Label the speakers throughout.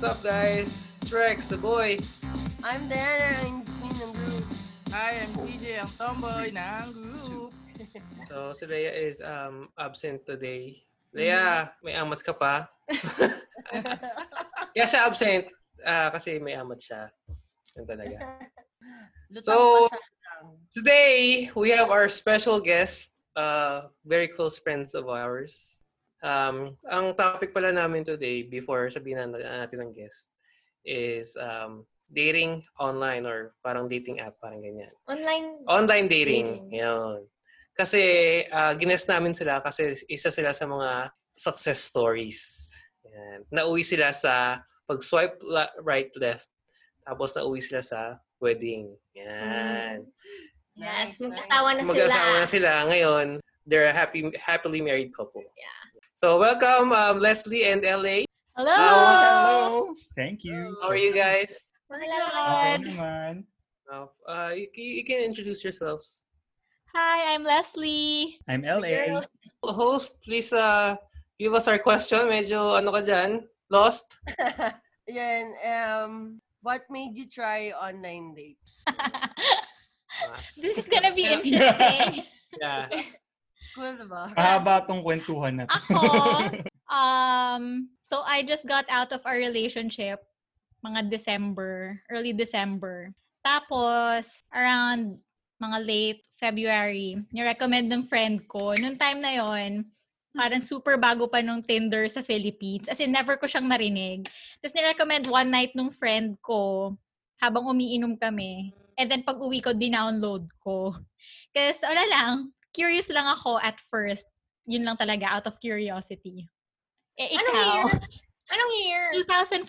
Speaker 1: up, guys? It's Rex, the boy.
Speaker 2: I'm Diana, ang queen ng group.
Speaker 3: Hi, I'm CJ, ang tomboy ng group.
Speaker 1: So, si Leia is um, absent today. Leia, may amat ka pa? Kaya siya absent ah, kasi may amat siya. Yan talaga.
Speaker 2: Lutang
Speaker 1: So-
Speaker 2: pa siya lang.
Speaker 1: Today, we have our special guest, uh, very close friends of ours. Um, ang topic pala namin today, before sabihin na natin ang guest, is um, dating online or parang dating app, parang ganyan.
Speaker 4: Online.
Speaker 1: Online dating.
Speaker 4: Dating.
Speaker 1: Yun. Kasi uh, gines namin sila kasi isa sila sa mga success stories. Yan. Nauwi sila sa pag-swipe la- right, left. Tapos nauwi sila sa wedding. Yan.
Speaker 4: Yes,
Speaker 2: Nice,
Speaker 4: mag-asawa na Hmm. sila.
Speaker 1: Mag-asawa na sila ngayon. They're a happy, happily married couple.
Speaker 4: Yeah.
Speaker 1: So welcome um, Leslie and LA.
Speaker 4: Hello!
Speaker 5: Hello! Thank you.
Speaker 1: How are you guys?
Speaker 4: Hello!
Speaker 5: Okay naman.
Speaker 1: Uh, uh, you, you can introduce yourselves.
Speaker 6: Hi, I'm Leslie.
Speaker 5: I'm LA.
Speaker 1: Host, please uh, give us our question. Medyo ano ka dyan? Lost?
Speaker 3: Oh.
Speaker 2: Yan, um, what made you try online date?
Speaker 1: Mas.
Speaker 6: This is gonna be interesting.
Speaker 1: Yeah.
Speaker 2: Cool ba?
Speaker 3: Ah.
Speaker 5: Mahaba tong kwentuhan na to.
Speaker 6: Ako, um, so I just got out of our relationship mga December, early December. Tapos, around mga late February, nirecommend ng friend ko. Noong time na yon parang super bago pa nung Tinder sa Philippines. As in, never ko siyang narinig. Tapos nirecommend one night nung friend ko habang umiinom kami. And then pag uwi ko, dinownload ko. Kasi wala lang, curious lang ako at first yun lang talaga, out of curiosity. Eh,
Speaker 4: Anong year?
Speaker 6: ikaw,
Speaker 4: Anong year?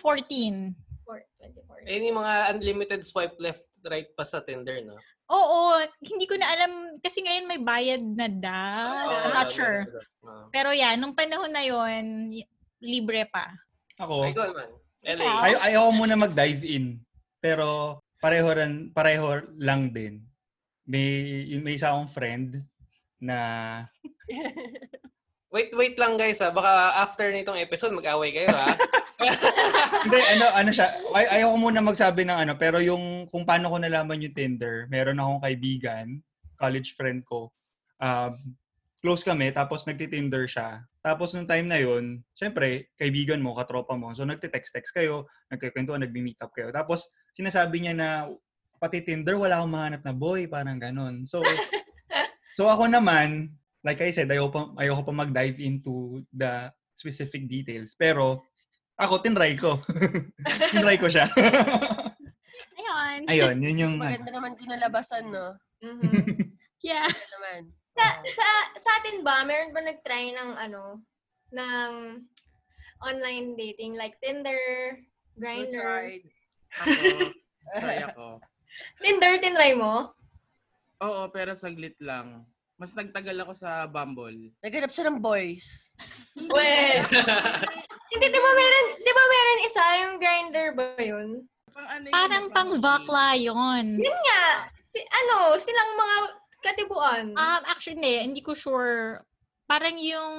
Speaker 6: 2014.
Speaker 4: Four- 24.
Speaker 1: Any mga unlimited swipe left, right pa sa Tinder, no?
Speaker 6: Oo, hindi ko na alam, kasi ngayon may bayad na daw.
Speaker 4: Ah,
Speaker 1: Oo,
Speaker 6: Ah, I'm
Speaker 1: wala,
Speaker 6: not
Speaker 1: wala,
Speaker 6: sure.
Speaker 1: wala. Oo.
Speaker 6: Pero yan, nung panahon na yon y- libre pa.
Speaker 5: Ako,
Speaker 1: Ay, go man. LA.
Speaker 6: Ikaw?
Speaker 5: ay ayaw muna mag-dive in. Pero pareho, ran, pareho lang din. May, yung may isa akong friend na
Speaker 1: Wait, wait lang guys ha. Baka after nitong episode, mag-away kayo ah. ha.
Speaker 5: hindi ano ano siya ay, ayaw ko muna magsabi ng ano pero yung kung paano ko nalaman yung Tinder meron akong kaibigan college friend ko um, close kami tapos nagti-Tinder siya tapos nung time na yun syempre kaibigan mo katropa mo so nagte-text-text kayo nagkikwentuhan nagbi-meet up kayo tapos sinasabi niya na pati Tinder wala akong mahanap na boy parang ganon so so ako naman like I said ayaw pa ayaw ko pa mag-dive into the specific details pero ako, tinry ko. tinry ko siya.
Speaker 6: Ayun.
Speaker 5: Ayun, yun
Speaker 2: Mas
Speaker 5: yung... ano.
Speaker 2: maganda naman kinalabasan, no?
Speaker 4: Mhm.
Speaker 6: Yeah.
Speaker 2: Maganda naman.
Speaker 4: sa, sa, sa atin ba, meron ba nag-try ng ano, ng online dating like Tinder,
Speaker 3: You
Speaker 4: Grindr?
Speaker 3: tried. Ako, try ako.
Speaker 4: Tinder, tinry mo?
Speaker 3: Oo, pero saglit lang. Mas nagtagal ako sa Bumble.
Speaker 2: Naganap siya ng boys.
Speaker 4: Well, hindi, di ba meron, di ba meron isa yung Grindr ba yun?
Speaker 3: Pang ano yun,
Speaker 6: Parang pang bakla yun.
Speaker 4: Yun nga, si, ano, silang mga katibuan.
Speaker 6: Um, actually, hindi ko sure. Parang yung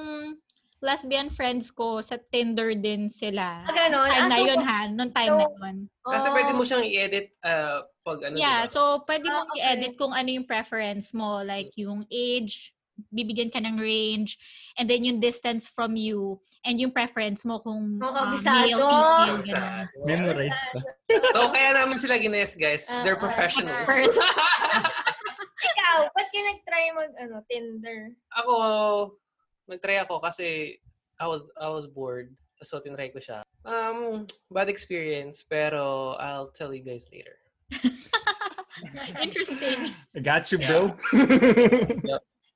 Speaker 6: lesbian friends ko sa Tinder din sila.
Speaker 4: Ah, ganon.
Speaker 6: Time
Speaker 4: Ah,
Speaker 6: na
Speaker 4: so-
Speaker 6: yun ha, nung time na yun.
Speaker 1: Kasi
Speaker 4: Oh.
Speaker 1: pwede mo siyang i-edit ah, pag ano,
Speaker 6: Yeah,
Speaker 1: diba?
Speaker 6: so pwede
Speaker 4: Ah,
Speaker 6: mong i-edit kung ano yung preference mo. Like yung age, bibigyan ka ng range, and then yung distance from you, and yung preference mo kung ah,
Speaker 4: Mukhang bisado.
Speaker 6: male, female.
Speaker 1: Sa,
Speaker 6: ganun.
Speaker 5: Memorize pa.
Speaker 1: so, kaya namin sila gines, guys. They're
Speaker 4: Ah, ah.
Speaker 1: professionals.
Speaker 6: First.
Speaker 4: Ikaw, ba't ka nag-try mag, ano, Tinder?
Speaker 1: ako, nag-try ako kasi I was, I was bored. So, tinry ko siya. Um, bad experience, pero I'll tell you guys later.
Speaker 6: Interesting.
Speaker 5: I got you, bro.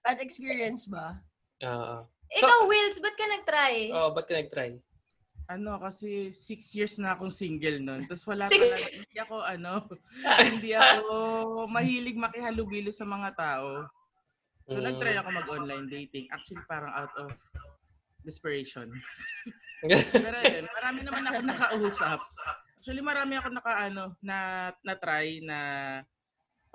Speaker 2: Bad experience ba?
Speaker 5: Ah,
Speaker 1: Uh,
Speaker 4: Ikaw, Wills, ba't ka nag-try?
Speaker 1: oh, ba't ka nag-try?
Speaker 3: Ano, kasi six years na akong single nun. Tapos wala
Speaker 4: Six-
Speaker 3: talaga. Hindi ako, ano, hindi ako mahilig makihalubilo sa mga tao. So, nag-try
Speaker 5: Mm.
Speaker 3: ako mag-online dating. Actually, parang out of desperation. Pero yun, marami naman ako nakausap. Actually, marami ako naka, ano, na, na-try na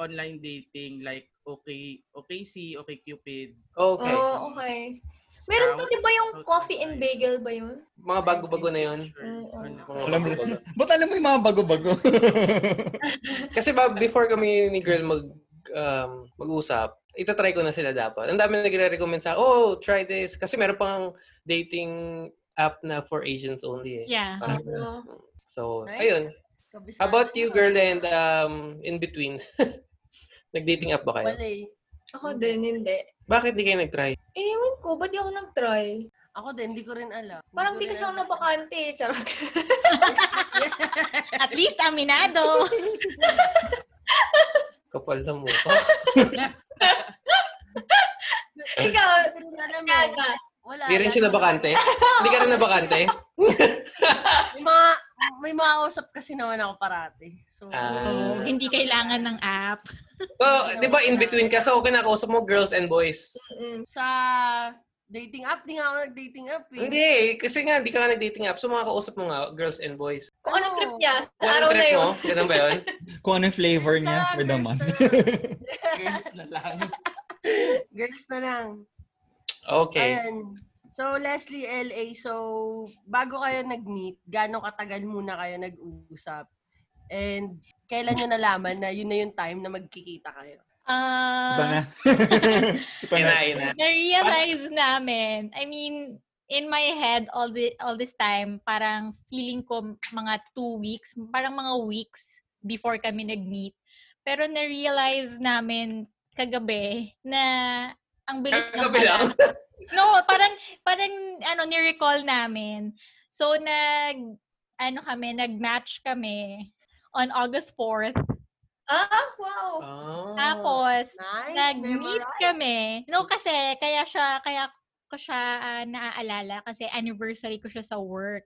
Speaker 3: online dating like okay OKC, OkCupid.
Speaker 1: okay.
Speaker 4: Oh, okay. Meron pa
Speaker 3: Sprout?
Speaker 4: di ba yung
Speaker 3: Sprout
Speaker 4: coffee
Speaker 3: and
Speaker 4: and
Speaker 3: bagel.
Speaker 4: bagel ba yun?
Speaker 1: Mga bago-bago na yun.
Speaker 3: Sure.
Speaker 4: Oo.
Speaker 3: Wala.
Speaker 1: Mga
Speaker 5: Alam mo,
Speaker 1: bago-bago.
Speaker 5: ba't alam mo yung mga bago-bago?
Speaker 1: Kasi ba, before kami ni girl mag, um, mag-usap, itatry ko na sila dapat. Ang dami nagre-recommend sa, oh, try this. Kasi meron pang dating app na for Asians only eh.
Speaker 6: Yeah.
Speaker 1: Parang-
Speaker 4: Oo.
Speaker 1: So,
Speaker 2: Nice.
Speaker 1: ayun.
Speaker 2: Kabisado
Speaker 1: How about you,
Speaker 2: siya.
Speaker 1: girl, and um, in between? Nag-dating app ba kayo?
Speaker 2: Wala eh.
Speaker 4: Ako din, hindi.
Speaker 1: Bakit di kayo nag-try?
Speaker 4: Eh, ewan ko, ba't di ako nag-try?
Speaker 2: Ako din, hindi ko rin alam.
Speaker 4: Parang di
Speaker 2: ko
Speaker 4: kasi
Speaker 2: rin
Speaker 4: ako
Speaker 2: alam.
Speaker 4: napakante eh. Charot.
Speaker 6: At least aminado.
Speaker 1: Kapal na mo.
Speaker 4: Ikaw,
Speaker 2: Hindi
Speaker 1: Ano?
Speaker 2: ko rin alam eh.
Speaker 4: Gaga.
Speaker 2: Wala.
Speaker 1: Di rin siya nabakante? Hindi ka rin nabakante?
Speaker 2: May mga, may mga usap kasi naman ako parati. So,
Speaker 1: Ah.
Speaker 6: Oh, hindi kailangan ng app.
Speaker 1: Oh, di ba in between ka? So, kinakausap mo girls and boys.
Speaker 4: Mm-mm.
Speaker 2: sa dating app, di nga ako nag-dating app eh.
Speaker 1: Hindi, kasi nga, di ka nga nag-dating app. So, makakausap mo nga girls and boys.
Speaker 4: Kung anong trip niya, sa
Speaker 1: Kung anong
Speaker 4: araw na
Speaker 1: trip
Speaker 4: yun.
Speaker 1: mo, ganun ba yun?
Speaker 5: Kung ano yung flavor niya
Speaker 2: Girls
Speaker 5: for the
Speaker 2: na lang,
Speaker 5: month.
Speaker 3: Girls na lang.
Speaker 2: Girls na lang.
Speaker 1: Okay.
Speaker 2: Ayan. So, Leslie, LA, so, bago kayo nag-meet, gano'ng katagal muna kayo nag-uusap? And, kailan nyo nalaman na yun na yung time na magkikita kayo?
Speaker 5: Ito na.
Speaker 6: Uh,
Speaker 5: Ito
Speaker 1: Yun
Speaker 5: na.
Speaker 1: na, yun na.
Speaker 6: na-realize namin. I mean, in my head all the all this time, parang feeling ko mga two weeks, parang mga weeks before kami nag-meet. Pero na-realize namin kagabi na ang bilis ng
Speaker 1: Kagabi lang.
Speaker 6: panahon. No, parang parang ano ni-recall namin. So nag ano kami, nag-match kami on August 4th.
Speaker 4: Ah, wow.
Speaker 1: Oh.
Speaker 6: Tapos
Speaker 2: Nice.
Speaker 6: nag-meet
Speaker 2: memorize.
Speaker 6: kami. No, kasi kaya siya, kaya ko siya ah, naaalala kasi anniversary ko siya sa work.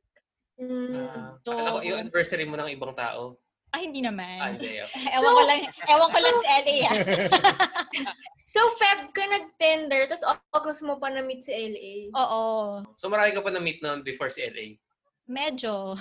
Speaker 4: Mm.
Speaker 1: Ah,
Speaker 6: So-
Speaker 1: akala ko yung anniversary mo ng ibang tao.
Speaker 6: Ah, hindi naman.
Speaker 1: Ah, hindi. ah.
Speaker 6: ewan ko lang, ewan ko lang sa LA ah.
Speaker 4: So, Feb ka nag-tender, tapos August mo pa na-meet si LA.
Speaker 6: Oo,
Speaker 1: So, marami ka pa na-meet noon before si LA.
Speaker 6: medyo.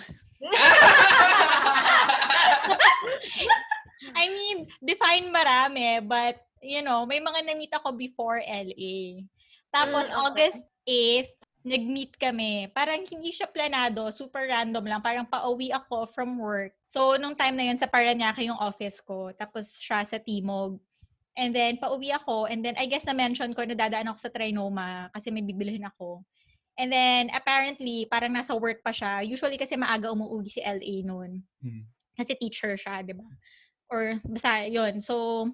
Speaker 6: I mean, define marami, but you know, may mga na-meet ako before LA. Tapos
Speaker 4: Mm, okay.
Speaker 6: August 8th, nag-meet kami. Parang hindi siya planado, super random lang. Parang pauwi ako from work. So, nung time na yun, sa Paranaque yung office ko. Tapos siya sa Timog. And then, pauwi ako. And then, I guess na-mention ko, nadadaan ako sa Trinoma kasi may bibilihin ako. And then, apparently, parang nasa work pa siya. Usually kasi maaga umuwi si LA noon
Speaker 5: Hmm.
Speaker 6: kasi teacher siya, 'di ba? Or basta 'yon. So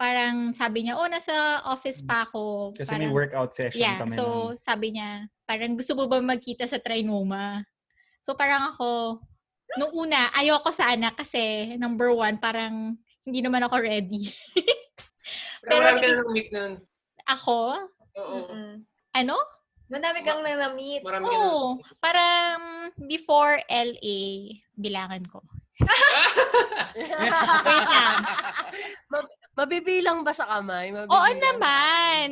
Speaker 6: parang sabi niya, "Oh, nasa office pa ako."
Speaker 5: Kasi
Speaker 6: parang,
Speaker 5: may workout session
Speaker 6: Yeah,
Speaker 5: kami.
Speaker 6: so sabi niya, parang gusto mo ba magkita sa Trinoma? So parang ako nung una, ayoko sana kasi number one, parang hindi naman ako ready.
Speaker 1: Pero
Speaker 6: Pero-
Speaker 1: marami ka na nag-meet noon.
Speaker 6: ako?
Speaker 1: Oo.
Speaker 4: Mm-mm.
Speaker 6: Ano?
Speaker 4: Madami kang na-meet.
Speaker 1: Marami ka na.
Speaker 6: Oo. Parang before LA, bilangan ko. Wait lang.
Speaker 2: Mabibilang ba sa kamay? Mabibilang.
Speaker 6: Oo naman.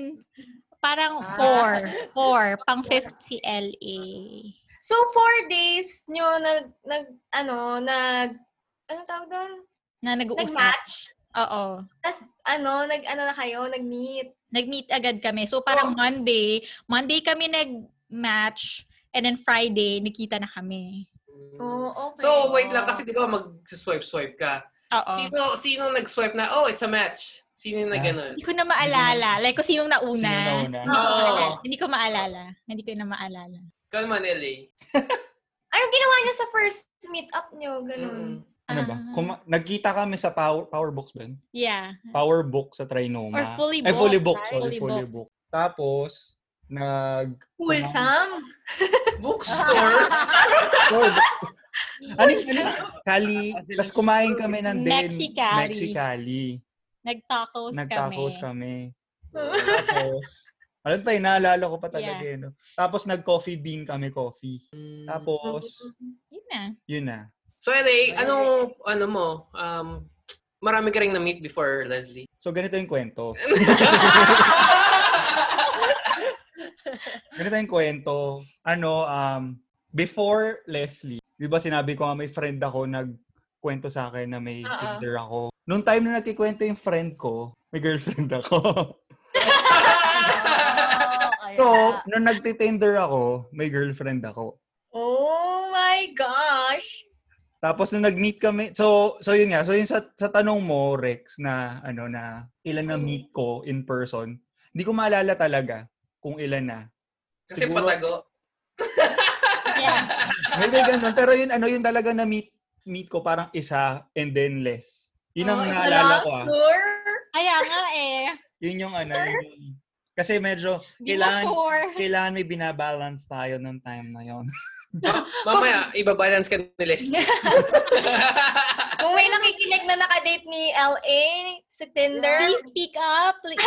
Speaker 6: Parang
Speaker 2: Ah.
Speaker 6: four. Four. Pang fifth si LA.
Speaker 4: So, four days nyo nag, nag, ano, nag, ano tawag doon?
Speaker 6: Na nag-uusap.
Speaker 4: Nag-match.
Speaker 6: Oo.
Speaker 4: Tapos, ano, nag, ano na kayo, nag-meet.
Speaker 6: Nag-meet agad kami. So parang
Speaker 4: Oo.
Speaker 6: Monday, Monday kami nag-match. And then Friday, nakita na kami.
Speaker 4: Oo, Oh,
Speaker 1: Mm.
Speaker 4: okay.
Speaker 1: So, wait lang kasi 'di ba mag-swipe-swipe ka.
Speaker 6: Oo.
Speaker 1: Sino sino nag-swipe na? Oh, it's a match. Sino na
Speaker 5: Ah.
Speaker 1: ganun?
Speaker 6: Hindi ko na maalala. Like, kung sinong nauna.
Speaker 5: Sino na una?
Speaker 6: Hindi ko
Speaker 1: Oo.
Speaker 6: maalala. Hindi ko maalala. Hindi ko na maalala.
Speaker 1: Kalma LA.
Speaker 4: Anong ginawa nyo sa first meet-up nyo?
Speaker 1: Mm.
Speaker 4: Ganun.
Speaker 5: Ano ba?
Speaker 6: Ah.
Speaker 5: Kuma- nagkita kami sa power, power books ba yun?
Speaker 6: Yeah.
Speaker 5: Power book sa Trinoma.
Speaker 6: Or fully
Speaker 5: Ay, fully book.
Speaker 6: booked, right? Fully
Speaker 5: Sorry, fully
Speaker 6: booked.
Speaker 5: book. Tapos, nag...
Speaker 4: Cool, Sam.
Speaker 1: Bookstore?
Speaker 5: Lord, ano yung ano? Kali. Tapos kumain kami ng din.
Speaker 6: Mexicali.
Speaker 5: Mexicali.
Speaker 6: Nag-tacos,
Speaker 5: Nagtacos
Speaker 6: kami.
Speaker 5: kami. Tapos, alam pa, eh, naalala ko pa talaga
Speaker 6: Yeah. Mm.
Speaker 5: eh, no? Tapos nag-coffee bean kami, coffee. Tapos,
Speaker 6: Yun na.
Speaker 5: yun na.
Speaker 1: So, LA, anong, ano mo, um, marami ka rin na-meet before, Leslie.
Speaker 5: So, ganito yung kwento. ganito yung kwento. Ano, um, before Leslie, di ba sinabi ko nga may friend ako nagkwento sa akin na may
Speaker 4: Oo.
Speaker 5: Tinder ako. Noong time na nagkikwento yung friend ko, may girlfriend ako.
Speaker 2: Oh,
Speaker 6: kaya.
Speaker 5: So, nung nagtitinder ako, may girlfriend ako.
Speaker 4: Oh my gosh!
Speaker 5: Tapos nung nag-meet kami, so so yun nga, so yung sa, sa tanong mo Rex na ano na ilan na meet ko in person, hindi ko maalala talaga kung ilan na.
Speaker 1: Kasi
Speaker 5: Siguro-
Speaker 1: patago.
Speaker 6: yeah.
Speaker 5: May may ganun, pero yun ano yun talaga na meet meet ko parang isa and then less. Yun ang
Speaker 6: Oh, isa
Speaker 5: naalala ko ah.
Speaker 4: Sure.
Speaker 6: Kaya nga eh.
Speaker 5: Yun yung ano, yun yung- kasi medyo kailangan
Speaker 6: Before.
Speaker 5: kailangan may binabalance tayo nung time na yon.
Speaker 1: Mamaya, ibabalance ka ni Leslie.
Speaker 4: Kung may nakikinig na nakadate ni LA sa Tinder,
Speaker 6: Please speak up. Please.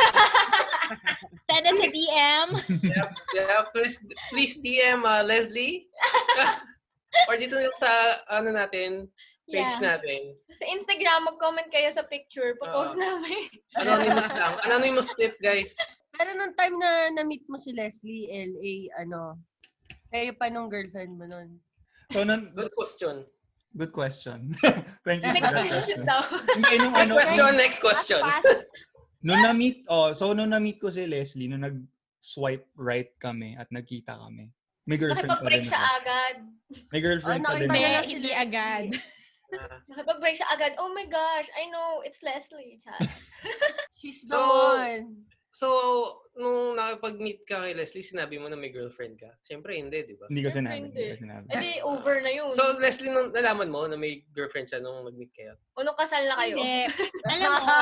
Speaker 6: Send us a DM.
Speaker 1: yep, yep. Please, please DM ah, Leslie. Or dito yung sa ano natin, page
Speaker 6: Yeah.
Speaker 1: natin.
Speaker 4: sa Instagram, mag-comment kayo sa picture. Papost
Speaker 1: Oo.
Speaker 4: namin.
Speaker 1: Anonymous lang. Anonymous tip, guys.
Speaker 2: Pero nung time na na-meet mo si Leslie, LA, ano, kayo pa nung girlfriend mo nun?
Speaker 5: So nun,
Speaker 1: Good question.
Speaker 5: good question. Thank you for
Speaker 4: Next
Speaker 5: that
Speaker 4: question
Speaker 5: question.
Speaker 4: daw.
Speaker 5: Hindi, nung
Speaker 1: Good
Speaker 5: ano,
Speaker 1: question, next question.
Speaker 6: Fast.
Speaker 5: Nung na-meet, oh, so nung na-meet ko si Leslie, nung nag-swipe right kami at nagkita kami, may girlfriend pa
Speaker 4: Nakipag-break
Speaker 5: rin
Speaker 4: siya
Speaker 5: ako.
Speaker 4: agad.
Speaker 5: May girlfriend
Speaker 2: Oh,
Speaker 5: pa
Speaker 2: nakita
Speaker 5: rin ako.
Speaker 2: niya
Speaker 6: Hindi,
Speaker 2: lang si
Speaker 6: hindi
Speaker 2: Leslie.
Speaker 6: agad.
Speaker 1: Ah.
Speaker 4: Nakipag-break siya agad. Oh my gosh, I know, it's Leslie. Chat.
Speaker 2: She's the
Speaker 1: So,
Speaker 2: one.
Speaker 1: so, nung nakapag-meet ka kay Leslie, sinabi mo na may girlfriend ka. Siyempre, hindi, di ba?
Speaker 5: Hindi ko sinabi.
Speaker 4: Girlfriend
Speaker 5: Hindi ko
Speaker 4: eh.
Speaker 5: sinabi.
Speaker 4: Eh di, over na yun.
Speaker 1: So, Leslie, nung nalaman mo na may girlfriend siya nung mag-meet kayo.
Speaker 4: o nung Ano, kasal na kayo.
Speaker 6: Hindi. Alam mo,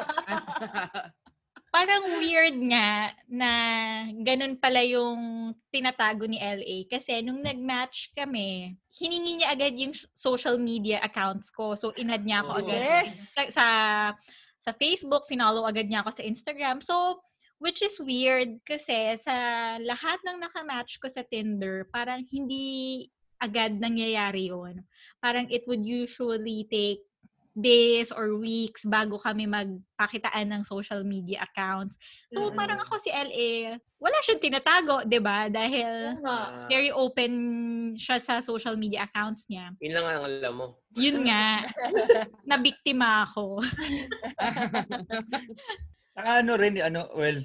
Speaker 6: parang weird nga na ganun pala yung tinatago ni LA. Kasi nung nag-match kami, hiningi niya agad yung sh- social media accounts ko. So, inad niya ako
Speaker 1: Oh.
Speaker 6: agad.
Speaker 2: Yes!
Speaker 6: Sa, sa, sa Facebook, finollow agad niya ako sa Instagram. So, which is weird kasi sa lahat ng nakamatch ko sa Tinder, parang hindi agad nangyayari yon Parang it would usually take days or weeks bago kami magpakitaan ng social media accounts. So,
Speaker 4: Mm.
Speaker 6: parang ako si LA, wala siyang tinatago, 'di ba Dahil
Speaker 4: Oo nga.
Speaker 1: Ah,
Speaker 6: very open siya sa social media accounts niya.
Speaker 1: yun lang ang alam mo.
Speaker 6: Yun nga, nabiktima ako.
Speaker 5: Saka ano rin, ano, well,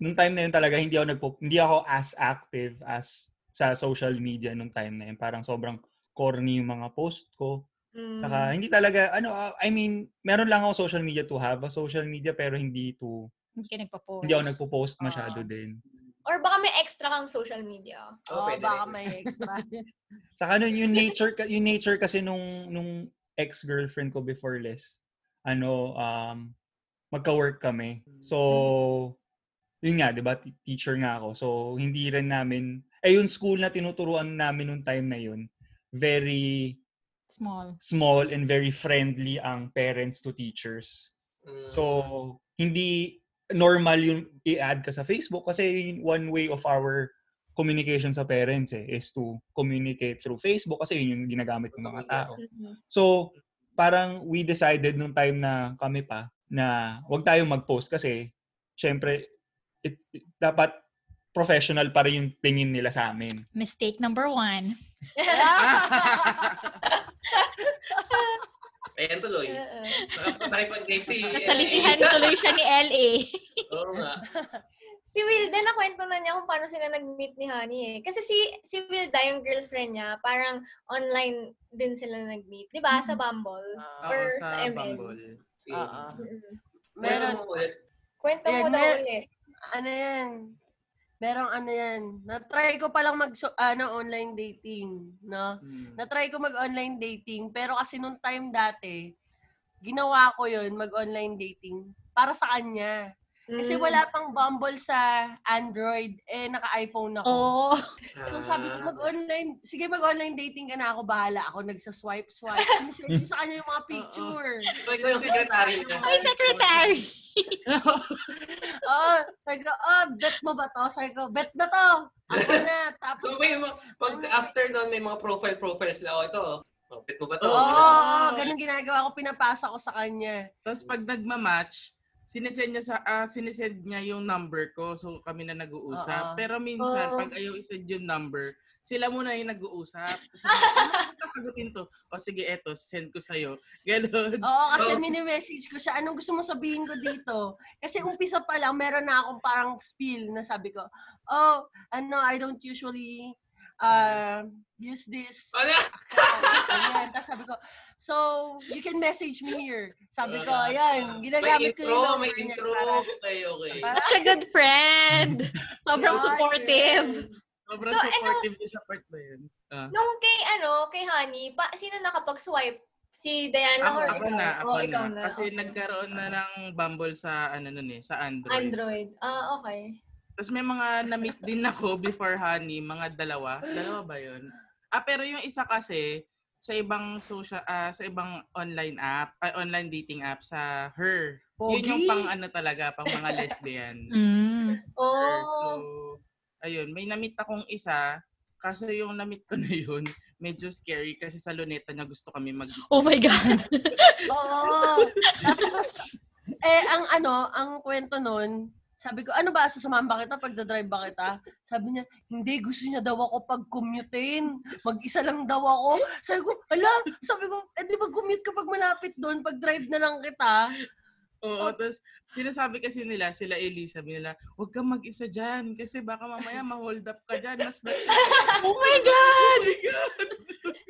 Speaker 5: nung time na yun talaga, hindi ako, nagpo, hindi ako as active as sa social media nung time na yun. Parang sobrang corny yung mga post ko.
Speaker 4: Mm.
Speaker 5: Saka hindi talaga, ano, ah, I mean, meron lang ako social media to have a social media pero hindi to,
Speaker 6: Hindi ka nagpa-post.
Speaker 5: hindi ako nagpo-post masyado
Speaker 6: Ah.
Speaker 5: din.
Speaker 4: Or baka may extra kang social media.
Speaker 1: Oh,
Speaker 2: Oh,
Speaker 1: pwede
Speaker 2: baka
Speaker 1: rin.
Speaker 2: may extra.
Speaker 5: Saka nun, yung nature, ka- yung nature kasi nung, nung ex-girlfriend ko before Les, ano, um, magka-work kami. So, yun nga, di ba, t- teacher nga ako. So, hindi rin namin, eh yung school na tinuturuan namin nung time na yun, very
Speaker 6: Small.
Speaker 5: small and very friendly ang parents to teachers.
Speaker 1: Mm.
Speaker 5: So, hindi normal yung i-add ka sa Facebook kasi yun one way of our communication sa parents eh, is to communicate through Facebook kasi yun yung ginagamit ng mga tao. So, parang we decided nung time na kami pa na wag tayong mag-post kasi syempre it, it- dapat professional pa rin yung tingin nila sa amin.
Speaker 6: Mistake number one.
Speaker 1: Ayan tuloy.
Speaker 4: Oo.
Speaker 1: Nakapag-date si...
Speaker 6: Nasalisihan tuloy siya ni LA.
Speaker 1: Oo nga.
Speaker 4: si Wilda, nakwento na niya kung paano sila nag-meet ni Honey eh. Kasi si si Wilda, yung girlfriend niya, parang online din sila nag-meet. Di ba? Sa
Speaker 2: Ah.
Speaker 4: Bumble.
Speaker 6: Ah,
Speaker 3: Oo,
Speaker 4: Or
Speaker 3: sa
Speaker 4: sa ML.
Speaker 3: Bumble.
Speaker 1: Si...
Speaker 3: Oo.
Speaker 4: Mm.
Speaker 1: Meron.
Speaker 2: Meron,
Speaker 4: Kwento mo
Speaker 2: Ayan,
Speaker 4: daw
Speaker 2: mer-
Speaker 4: ulit.
Speaker 2: ano yan, merong ano yan, na-try ko palang mag, ano, online dating, no?
Speaker 3: Hmm.
Speaker 2: Na-try ko mag-online dating, pero kasi nung time dati, ginawa ko yon mag-online dating para sa kanya. Kasi
Speaker 4: Mm.
Speaker 2: wala pang Bumble sa Android, eh, naka-iPhone ako.
Speaker 6: Oo.
Speaker 1: Ah.
Speaker 2: So sabi ko, mag-online, sige mag-online dating ka na ako, bahala ako, nagsaswipe-swipe. Sinisend ko sa kanya yung mga picture.
Speaker 1: Try ko yung secretary niya.
Speaker 6: May secretary.
Speaker 2: Oo, sabi ko, oh, bet mo ba to? Sabi ko, bet na to! Ako na, tapos,
Speaker 1: So may mga, pag after nun, may mga profile profiles na, oh, ito, oh, bit mo ba to?
Speaker 2: oo,
Speaker 3: Oo.
Speaker 2: oh, ganun ginagawa ko, pinapasa ko sa kanya.
Speaker 3: Tapos pag nagmamatch, sinisend niya sa ah, sinisend niya yung number ko so kami na
Speaker 2: Oo.
Speaker 3: nag-uusap. Pero minsan
Speaker 4: Oo.
Speaker 3: pag ayaw isend yung number, sila muna yung nag-uusap. Tapos sabi ko, sagutin to. O sige, eto, send ko sa'yo. Ganon.
Speaker 2: Oo, kasi
Speaker 1: Oh.
Speaker 3: Oo.
Speaker 2: mini-message ko siya, anong gusto mo sabihin ko dito? Kasi umpisa pa lang, meron na akong parang spiel na sabi ko, oh, ano, I don't usually uh, use this.
Speaker 1: Ano?
Speaker 2: Ayan, tapos sabi ko, so, you can message me here. Sabi ko, ayan,
Speaker 1: Ah. May
Speaker 2: ginagamit ko
Speaker 1: intro,
Speaker 2: yung
Speaker 1: may
Speaker 2: number niya
Speaker 1: intro.
Speaker 2: para-
Speaker 1: Okay, okay.
Speaker 2: para-
Speaker 6: Such a good friend. Sobrang
Speaker 2: Ay,
Speaker 6: supportive.
Speaker 3: Sobrang
Speaker 4: So, ano-
Speaker 3: supportive niya sa part na yun. Ah.
Speaker 4: Nung kay, ano, kay Honey, pa, sino nakapag-swipe? Si Diana
Speaker 3: Ako,
Speaker 4: or
Speaker 3: ako
Speaker 4: ikaw?
Speaker 3: na, ako
Speaker 4: Oh, ikaw
Speaker 3: na. Kasi
Speaker 4: okay.
Speaker 3: nagkaroon na ng Bumble sa ano nun eh, sa Android.
Speaker 4: Android. Ah, okay.
Speaker 3: Tapos may mga na-meet din ako before honey, mga dalawa. Dalawa ba yun? Ah, pero yung isa kasi, sa ibang social, ah, sa ibang online app, ah, online dating app, sa her. Yun yung
Speaker 2: Pogi!
Speaker 3: pang ano talaga, pang mga lesbian.
Speaker 6: Mm.
Speaker 3: Her. So,
Speaker 4: Oh.
Speaker 3: ayun, may na-meet akong isa. Kaso yung na-meet ko na yun, medyo scary kasi sa luneta niya gusto kami mag...
Speaker 6: Oh my God.
Speaker 2: Oo. Tapos, eh, ang ano, ang kwento nun, sabi ko, ano ba, sasamahan ba kita? Pagdadrive ba kita? Sabi niya, hindi, gusto niya daw ako pag-commutein. Mag-isa lang daw ako. Sabi ko, ala, sabi ko, eh, di ba commute kapag malapit doon? Pag-drive na lang kita.
Speaker 3: Oo, tapos sinasabi kasi nila, sila Elisa, sabi nila, huwag kang mag-isa dyan kasi baka mamaya ma-hold up ka dyan. Mas na
Speaker 6: Oh my God.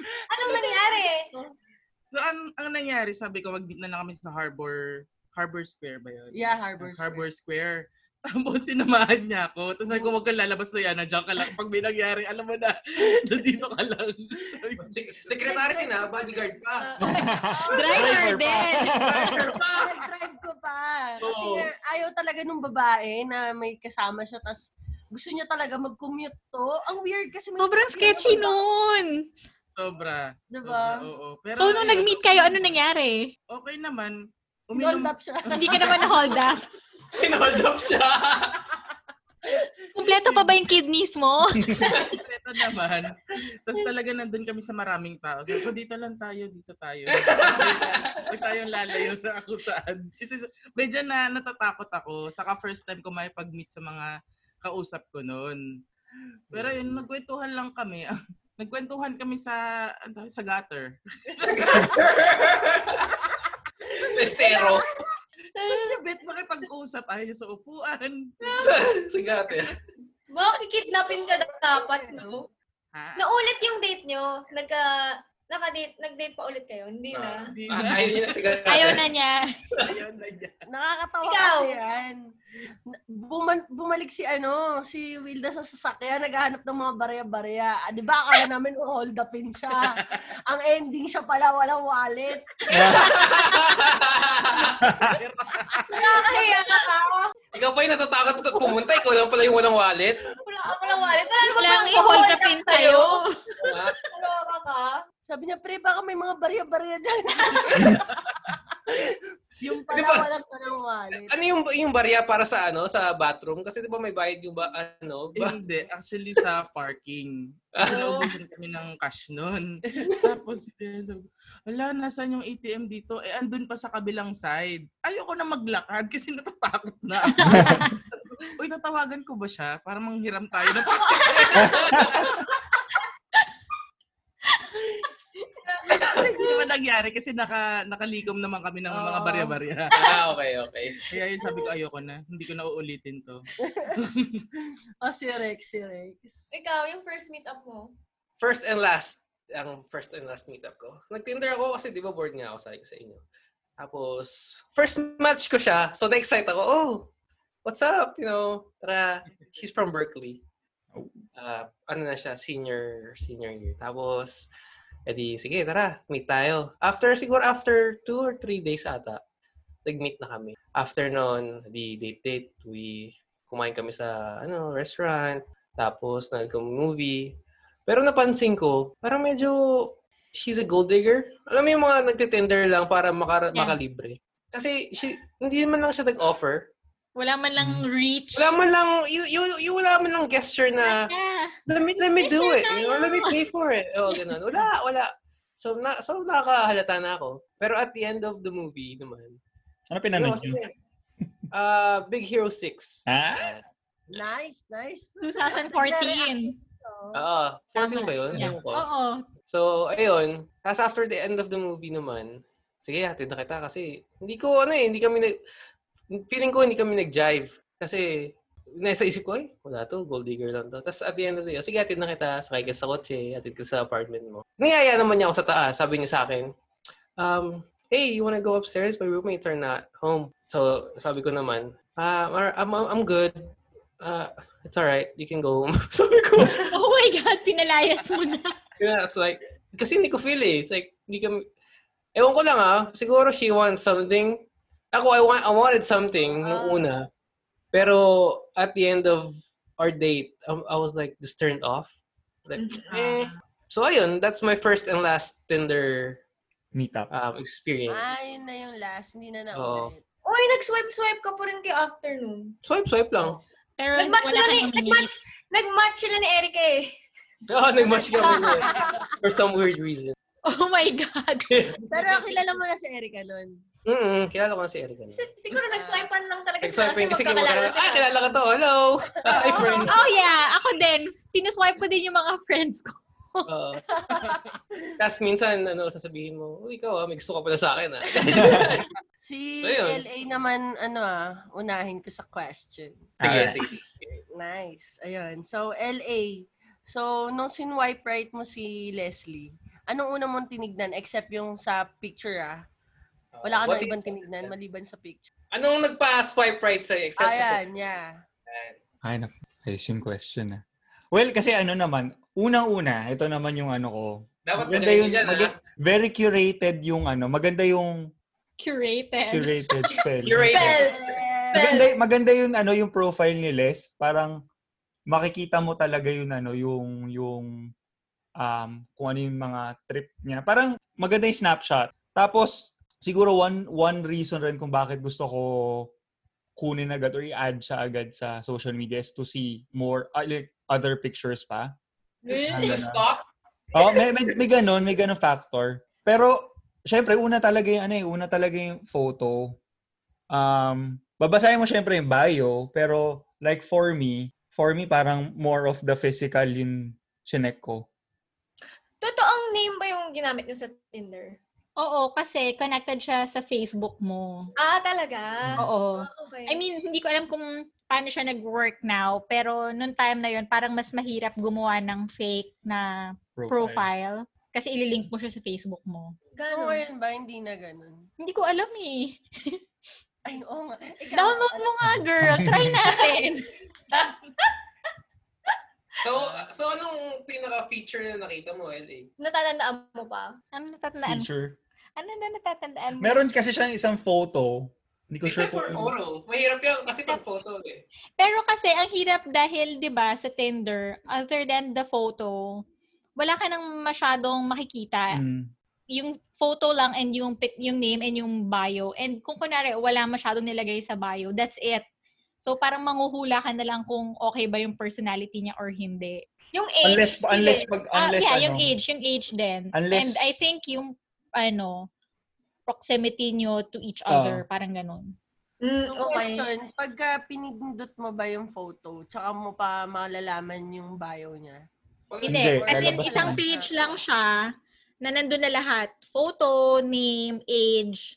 Speaker 4: Anong nangyari?
Speaker 3: So, ang, ang nangyari, sabi ko, mag-meet na lang kami sa Harbor, Harbor Square ba yun?
Speaker 2: Yeah, Harbor Square.
Speaker 3: Harbor Square. Tapos sinamahan niya ako. Tapos
Speaker 6: Oh.
Speaker 3: sabi ko, huwag kang lalabas na yan. Nandiyan ka lang. Pag may nangyari, alam mo na, nandito ka lang. Sabi ko,
Speaker 1: Sek- Sekretary na, bodyguard pa.
Speaker 4: Ah,
Speaker 6: Driver
Speaker 4: okay.
Speaker 5: Driver pa.
Speaker 6: din.
Speaker 2: Ah.
Speaker 1: Driver pa.
Speaker 2: Pag-drive ko pa. Kasi
Speaker 1: Oo.
Speaker 2: nga, ayaw talaga nung babae na may kasama siya. Tapos, gusto niya talaga mag-commute to. Ang weird kasi may
Speaker 6: Sobrang
Speaker 2: sakit
Speaker 6: sketchy
Speaker 2: naman ba-
Speaker 6: nun.
Speaker 3: Sobra.
Speaker 2: Diba?
Speaker 3: Sobra, Oo. Pero
Speaker 6: So, nung
Speaker 3: ayun,
Speaker 6: nag-meet kayo, ano nangyari?
Speaker 3: Okay naman.
Speaker 2: Hold
Speaker 3: Uminom,
Speaker 2: up siya.
Speaker 6: Hindi ka naman na-hold up.
Speaker 1: Hinold up siya.
Speaker 6: Kompleto pa ba yung kidneys mo?
Speaker 3: Ito naman. Tapos talaga nandun kami sa maraming tao. Sabi ko, dito lang tayo, dito tayo. Huwag tayong lalayo sa kung saan. Kasi medyo na natatakot ako. Saka first time ko may pag-meet sa mga kausap ko noon. Pero yun, nagkwentuhan lang kami. nagkwentuhan kami sa ang tawag, sa gutter.
Speaker 1: Testero.
Speaker 3: Bit makipag-usap ay sa upuan.
Speaker 1: Sa, sa gutter.
Speaker 4: Baka kikidnapin ka dapat, no?
Speaker 3: Ha?
Speaker 4: Naulit yung date nyo. Nagka, naka-date, nag-date pa ulit kayo. Hindi na.
Speaker 3: Hindi
Speaker 1: Ah,
Speaker 3: na.
Speaker 1: Ayaw niya na sa gutter.
Speaker 6: Ayaw na niya.
Speaker 3: Ayun na niya.
Speaker 2: Nakakatawa
Speaker 4: Ikaw.
Speaker 2: kasi yan. Na- buman- bumalik si ano, si Wilda sa sasakyan, naghahanap ng mga barya-barya. Ah, Di ba, akala namin oh, hold upin siya. Ang ending siya pala, walang wallet.
Speaker 4: Nakakahiya ka.
Speaker 1: Ikaw pa yung natatakot at pumunta. Ikaw lang pala yung walang wallet.
Speaker 4: Wala ka pala wallet. Wala
Speaker 6: Lang
Speaker 4: naman pang
Speaker 6: Ano i-hold upin sa'yo.
Speaker 1: Ah,
Speaker 4: Wala ka ka.
Speaker 2: Sabi niya, pre, baka may mga barya-barya dyan.
Speaker 3: Yung
Speaker 2: Pala,
Speaker 1: Di ba?
Speaker 2: walang walang wallet.
Speaker 1: Ano yung yung barya para sa ano sa bathroom? Kasi di ba may bayad yung ba, ano? Ba?
Speaker 3: Eh, Hindi, actually sa parking. Naubusan kami ng cash noon. Tapos, eh, sabi ko, ala, nasan yung ATM dito? Eh, andun pa sa kabilang side. Ayoko na maglakad kasi natatakot na ako. Uy, tatawagan ko ba siya? Para manghiram tayo na Hindi ba nangyari? Kasi naka, nakalikom naman kami ng mga
Speaker 2: Oo.
Speaker 3: barya-barya.
Speaker 1: Ah, okay, okay.
Speaker 3: Kaya yun sabi ko, ayoko na. Hindi ko na uulitin to.
Speaker 2: O, Oh, si Rex, si Rex.
Speaker 4: Ikaw, yung first meet-up mo.
Speaker 1: First and last, ang first and last meetup ko. Nag-Tinder ako kasi di ba bored nga ako sa, sa inyo. Tapos, first match ko siya. So, na-excite ako. Oh, what's up? You know, tara. She's from Berkeley. Ah, ano na siya, senior, senior year. Tapos, edi, sige, tara, meet tayo. After, siguro after two or three days ata, nag-meet na kami. After noon, di date-date, we kumain kami sa, ano, restaurant. Tapos, nag-movie. Pero napansin ko, parang medyo she's a gold digger. Alam mo yung mga nagtitender lang para maka,
Speaker 6: Yeah.
Speaker 1: makalibre. Kasi she, hindi man lang siya nag-offer.
Speaker 6: Wala man lang reach.
Speaker 1: Hmm. Wala man lang, you, you, you wala man lang gesture na,
Speaker 6: Yeah.
Speaker 1: let me, let me do
Speaker 6: Gesture
Speaker 1: it.
Speaker 6: na
Speaker 1: You know, let me
Speaker 6: lang.
Speaker 1: pay for it. Oo, ganun. Wala, wala. So, na, so nakakahalata na ako. Pero at the end of the movie naman,
Speaker 5: Ano pinanood
Speaker 1: Sige,
Speaker 5: niyo?
Speaker 1: sige. Uh, Big Hero 6.
Speaker 5: Ah?
Speaker 2: Nice, nice.
Speaker 6: 2014.
Speaker 1: Oo. 14 Ah, ba yun?
Speaker 6: Yeah.
Speaker 1: Ewan ko.
Speaker 6: Oo.
Speaker 1: So, ayun. Tapos after the end of the movie naman, sige, hatid na kita kasi hindi ko ano eh, hindi kami nag... Feeling ko hindi kami nag-jive. Kasi nasa isip ko, ay, wala to, gold digger lang to. Tapos at the end of the day, sige, hatid na kita, sakay ka sa kotse, hatid ka sa apartment mo. Niyaya naman niya ako sa taas, sabi niya sa akin, um, hey, you wanna go upstairs? My roommates are not home. So, sabi ko naman, ah, mar- I'm, I'm, I'm good. Uh, it's alright, you can go home. sabi ko,
Speaker 6: Oh my God, pinalayas mo na.
Speaker 1: Yeah, it's like, kasi hindi ko feel eh. It's like, hindi kami, ewan ko lang ah, siguro she wants something. Ako, I, want, I wanted something nung
Speaker 2: Ah.
Speaker 1: una. Pero, at the end of our date, um, I was like, just turned off. Like,
Speaker 3: Ah.
Speaker 1: eh. So, ayun, that's my first and last Tinder
Speaker 5: Meet up.
Speaker 1: um, experience.
Speaker 2: Ah, yun na yung last. Hindi na
Speaker 1: Oo.
Speaker 2: naulit.
Speaker 4: Uy, nag-swipe-swipe ka pa rin kay afternoon.
Speaker 1: Swipe, swipe lang.
Speaker 6: Pero
Speaker 4: Nag-match
Speaker 6: wala
Speaker 4: sila
Speaker 6: ka
Speaker 4: ni-
Speaker 6: namang
Speaker 4: nag-match. Nag-match sila ni Erica eh.
Speaker 1: Oo, Ah, nag-match kami nun. For some weird reason.
Speaker 6: Oh my God.
Speaker 2: Pero kilala mo na si Erica nun.
Speaker 1: Mm-mm, kilala ko na si Erica. nun.
Speaker 4: Si- Siguro nag-swipean lang talaga sila
Speaker 1: Nag-swipe
Speaker 4: kasi
Speaker 1: yun kasi kilala
Speaker 4: magkakalala
Speaker 1: Ah,
Speaker 4: sila.
Speaker 1: kilala ka to. Hello! Hi, friend.
Speaker 6: Oh yeah, ako din. Sinuswipe ko din yung mga friends ko.
Speaker 1: Oo. Tapos minsan, ano, sasabihin mo, Uy, ikaw ah, may gusto ka pala sa akin ah.
Speaker 2: Si
Speaker 1: So, yun.
Speaker 2: LA naman, ano ah, unahin ko sa question.
Speaker 1: sige,
Speaker 5: Alright.
Speaker 1: sige.
Speaker 2: Nice. Ayun. So, LA. So, nung sinwipe right mo si Leslie, anong una mong tinignan except yung sa picture ah? Wala ka na
Speaker 1: What is-
Speaker 2: ibang tinignan maliban sa picture.
Speaker 1: Anong nagpa-swipe right sa'yo except sa
Speaker 2: Ayan, yeah.
Speaker 5: Ay, nak. Ayos yung question ah. Well, kasi ano naman, unang-una, ito naman yung ano ko.
Speaker 1: Dapat ah.
Speaker 5: Maganda
Speaker 1: magaling
Speaker 5: yun,
Speaker 1: dyan,
Speaker 5: maga- very curated yung ano, maganda yung
Speaker 6: Curated.
Speaker 5: curated spell.
Speaker 1: Eh, ano? Curated.
Speaker 4: Spells.
Speaker 5: Maganda, maganda yung ano, yung profile ni Les. Parang makikita mo talaga yun ano, yung yung um kung ano yung mga trip niya. Parang maganda yung snapshot. Tapos siguro one one reason rin kung bakit gusto ko kunin agad or i-add siya agad sa social media is to see more uh, like other pictures pa.
Speaker 1: Just,
Speaker 5: Yeah.
Speaker 1: just stop.
Speaker 5: Oh, may may, may ganun, may ganung factor. Pero syempre una talaga yung ano eh, una talaga yung photo. Um, babasahin mo syempre yung bio, pero like for me, for me parang more of the physical yung chinek ko.
Speaker 4: Totoong name ba yung ginamit niyo sa Tinder?
Speaker 6: Oo, kasi connected siya sa Facebook mo.
Speaker 4: Ah, talaga?
Speaker 6: Oo.
Speaker 4: Ah, okay.
Speaker 6: I mean, hindi ko alam kung paano siya nag-work now, pero nung time na yon parang mas mahirap gumawa ng fake na profile. Kasi ililink mo siya sa Facebook mo.
Speaker 2: So,
Speaker 4: Ganon.
Speaker 2: ngayon ba, hindi na ganun?
Speaker 6: Hindi ko alam eh.
Speaker 2: Ay, oo nga. Ikaw,
Speaker 6: Download mo nga, girl. Try natin.
Speaker 1: So, so anong pinaka-feature na nakita mo, eh? LA?
Speaker 4: Natatandaan mo pa?
Speaker 6: Ano natatandaan?
Speaker 5: Feature.
Speaker 6: Ano na natatandaan mo?
Speaker 5: Meron kasi siyang isang photo. Hindi ko
Speaker 1: Except
Speaker 5: sure
Speaker 1: for
Speaker 5: kung- ano.
Speaker 1: photo. Mahirap yan kasi pag photo eh.
Speaker 6: Pero kasi ang hirap dahil 'di ba sa Tinder, other than the photo, wala ka nang masyadong makikita.
Speaker 5: Mm.
Speaker 6: Yung photo lang and yung pic- yung name and yung bio. And kung kunwari wala masyadong nilagay sa bio, that's it. So parang manguhula ka na lang kung okay ba yung personality niya or hindi.
Speaker 4: Yung age?
Speaker 5: Unless
Speaker 4: hindi.
Speaker 5: unless pag
Speaker 6: Ah,
Speaker 5: unless
Speaker 6: yeah,
Speaker 5: ano,
Speaker 6: yung age, yung age din. and
Speaker 5: Unless-
Speaker 6: I think yung ano proximity nyo to each
Speaker 5: Ah.
Speaker 6: other, parang ganun.
Speaker 4: Mm,
Speaker 2: So,
Speaker 4: okay.
Speaker 2: question, pagka pinindot mo ba yung photo, tsaka mo pa malalaman yung bio niya?
Speaker 6: Hindi. As in,
Speaker 5: lalabas
Speaker 6: isang
Speaker 5: lang.
Speaker 6: page lang siya na nandun na lahat. Photo, name, age,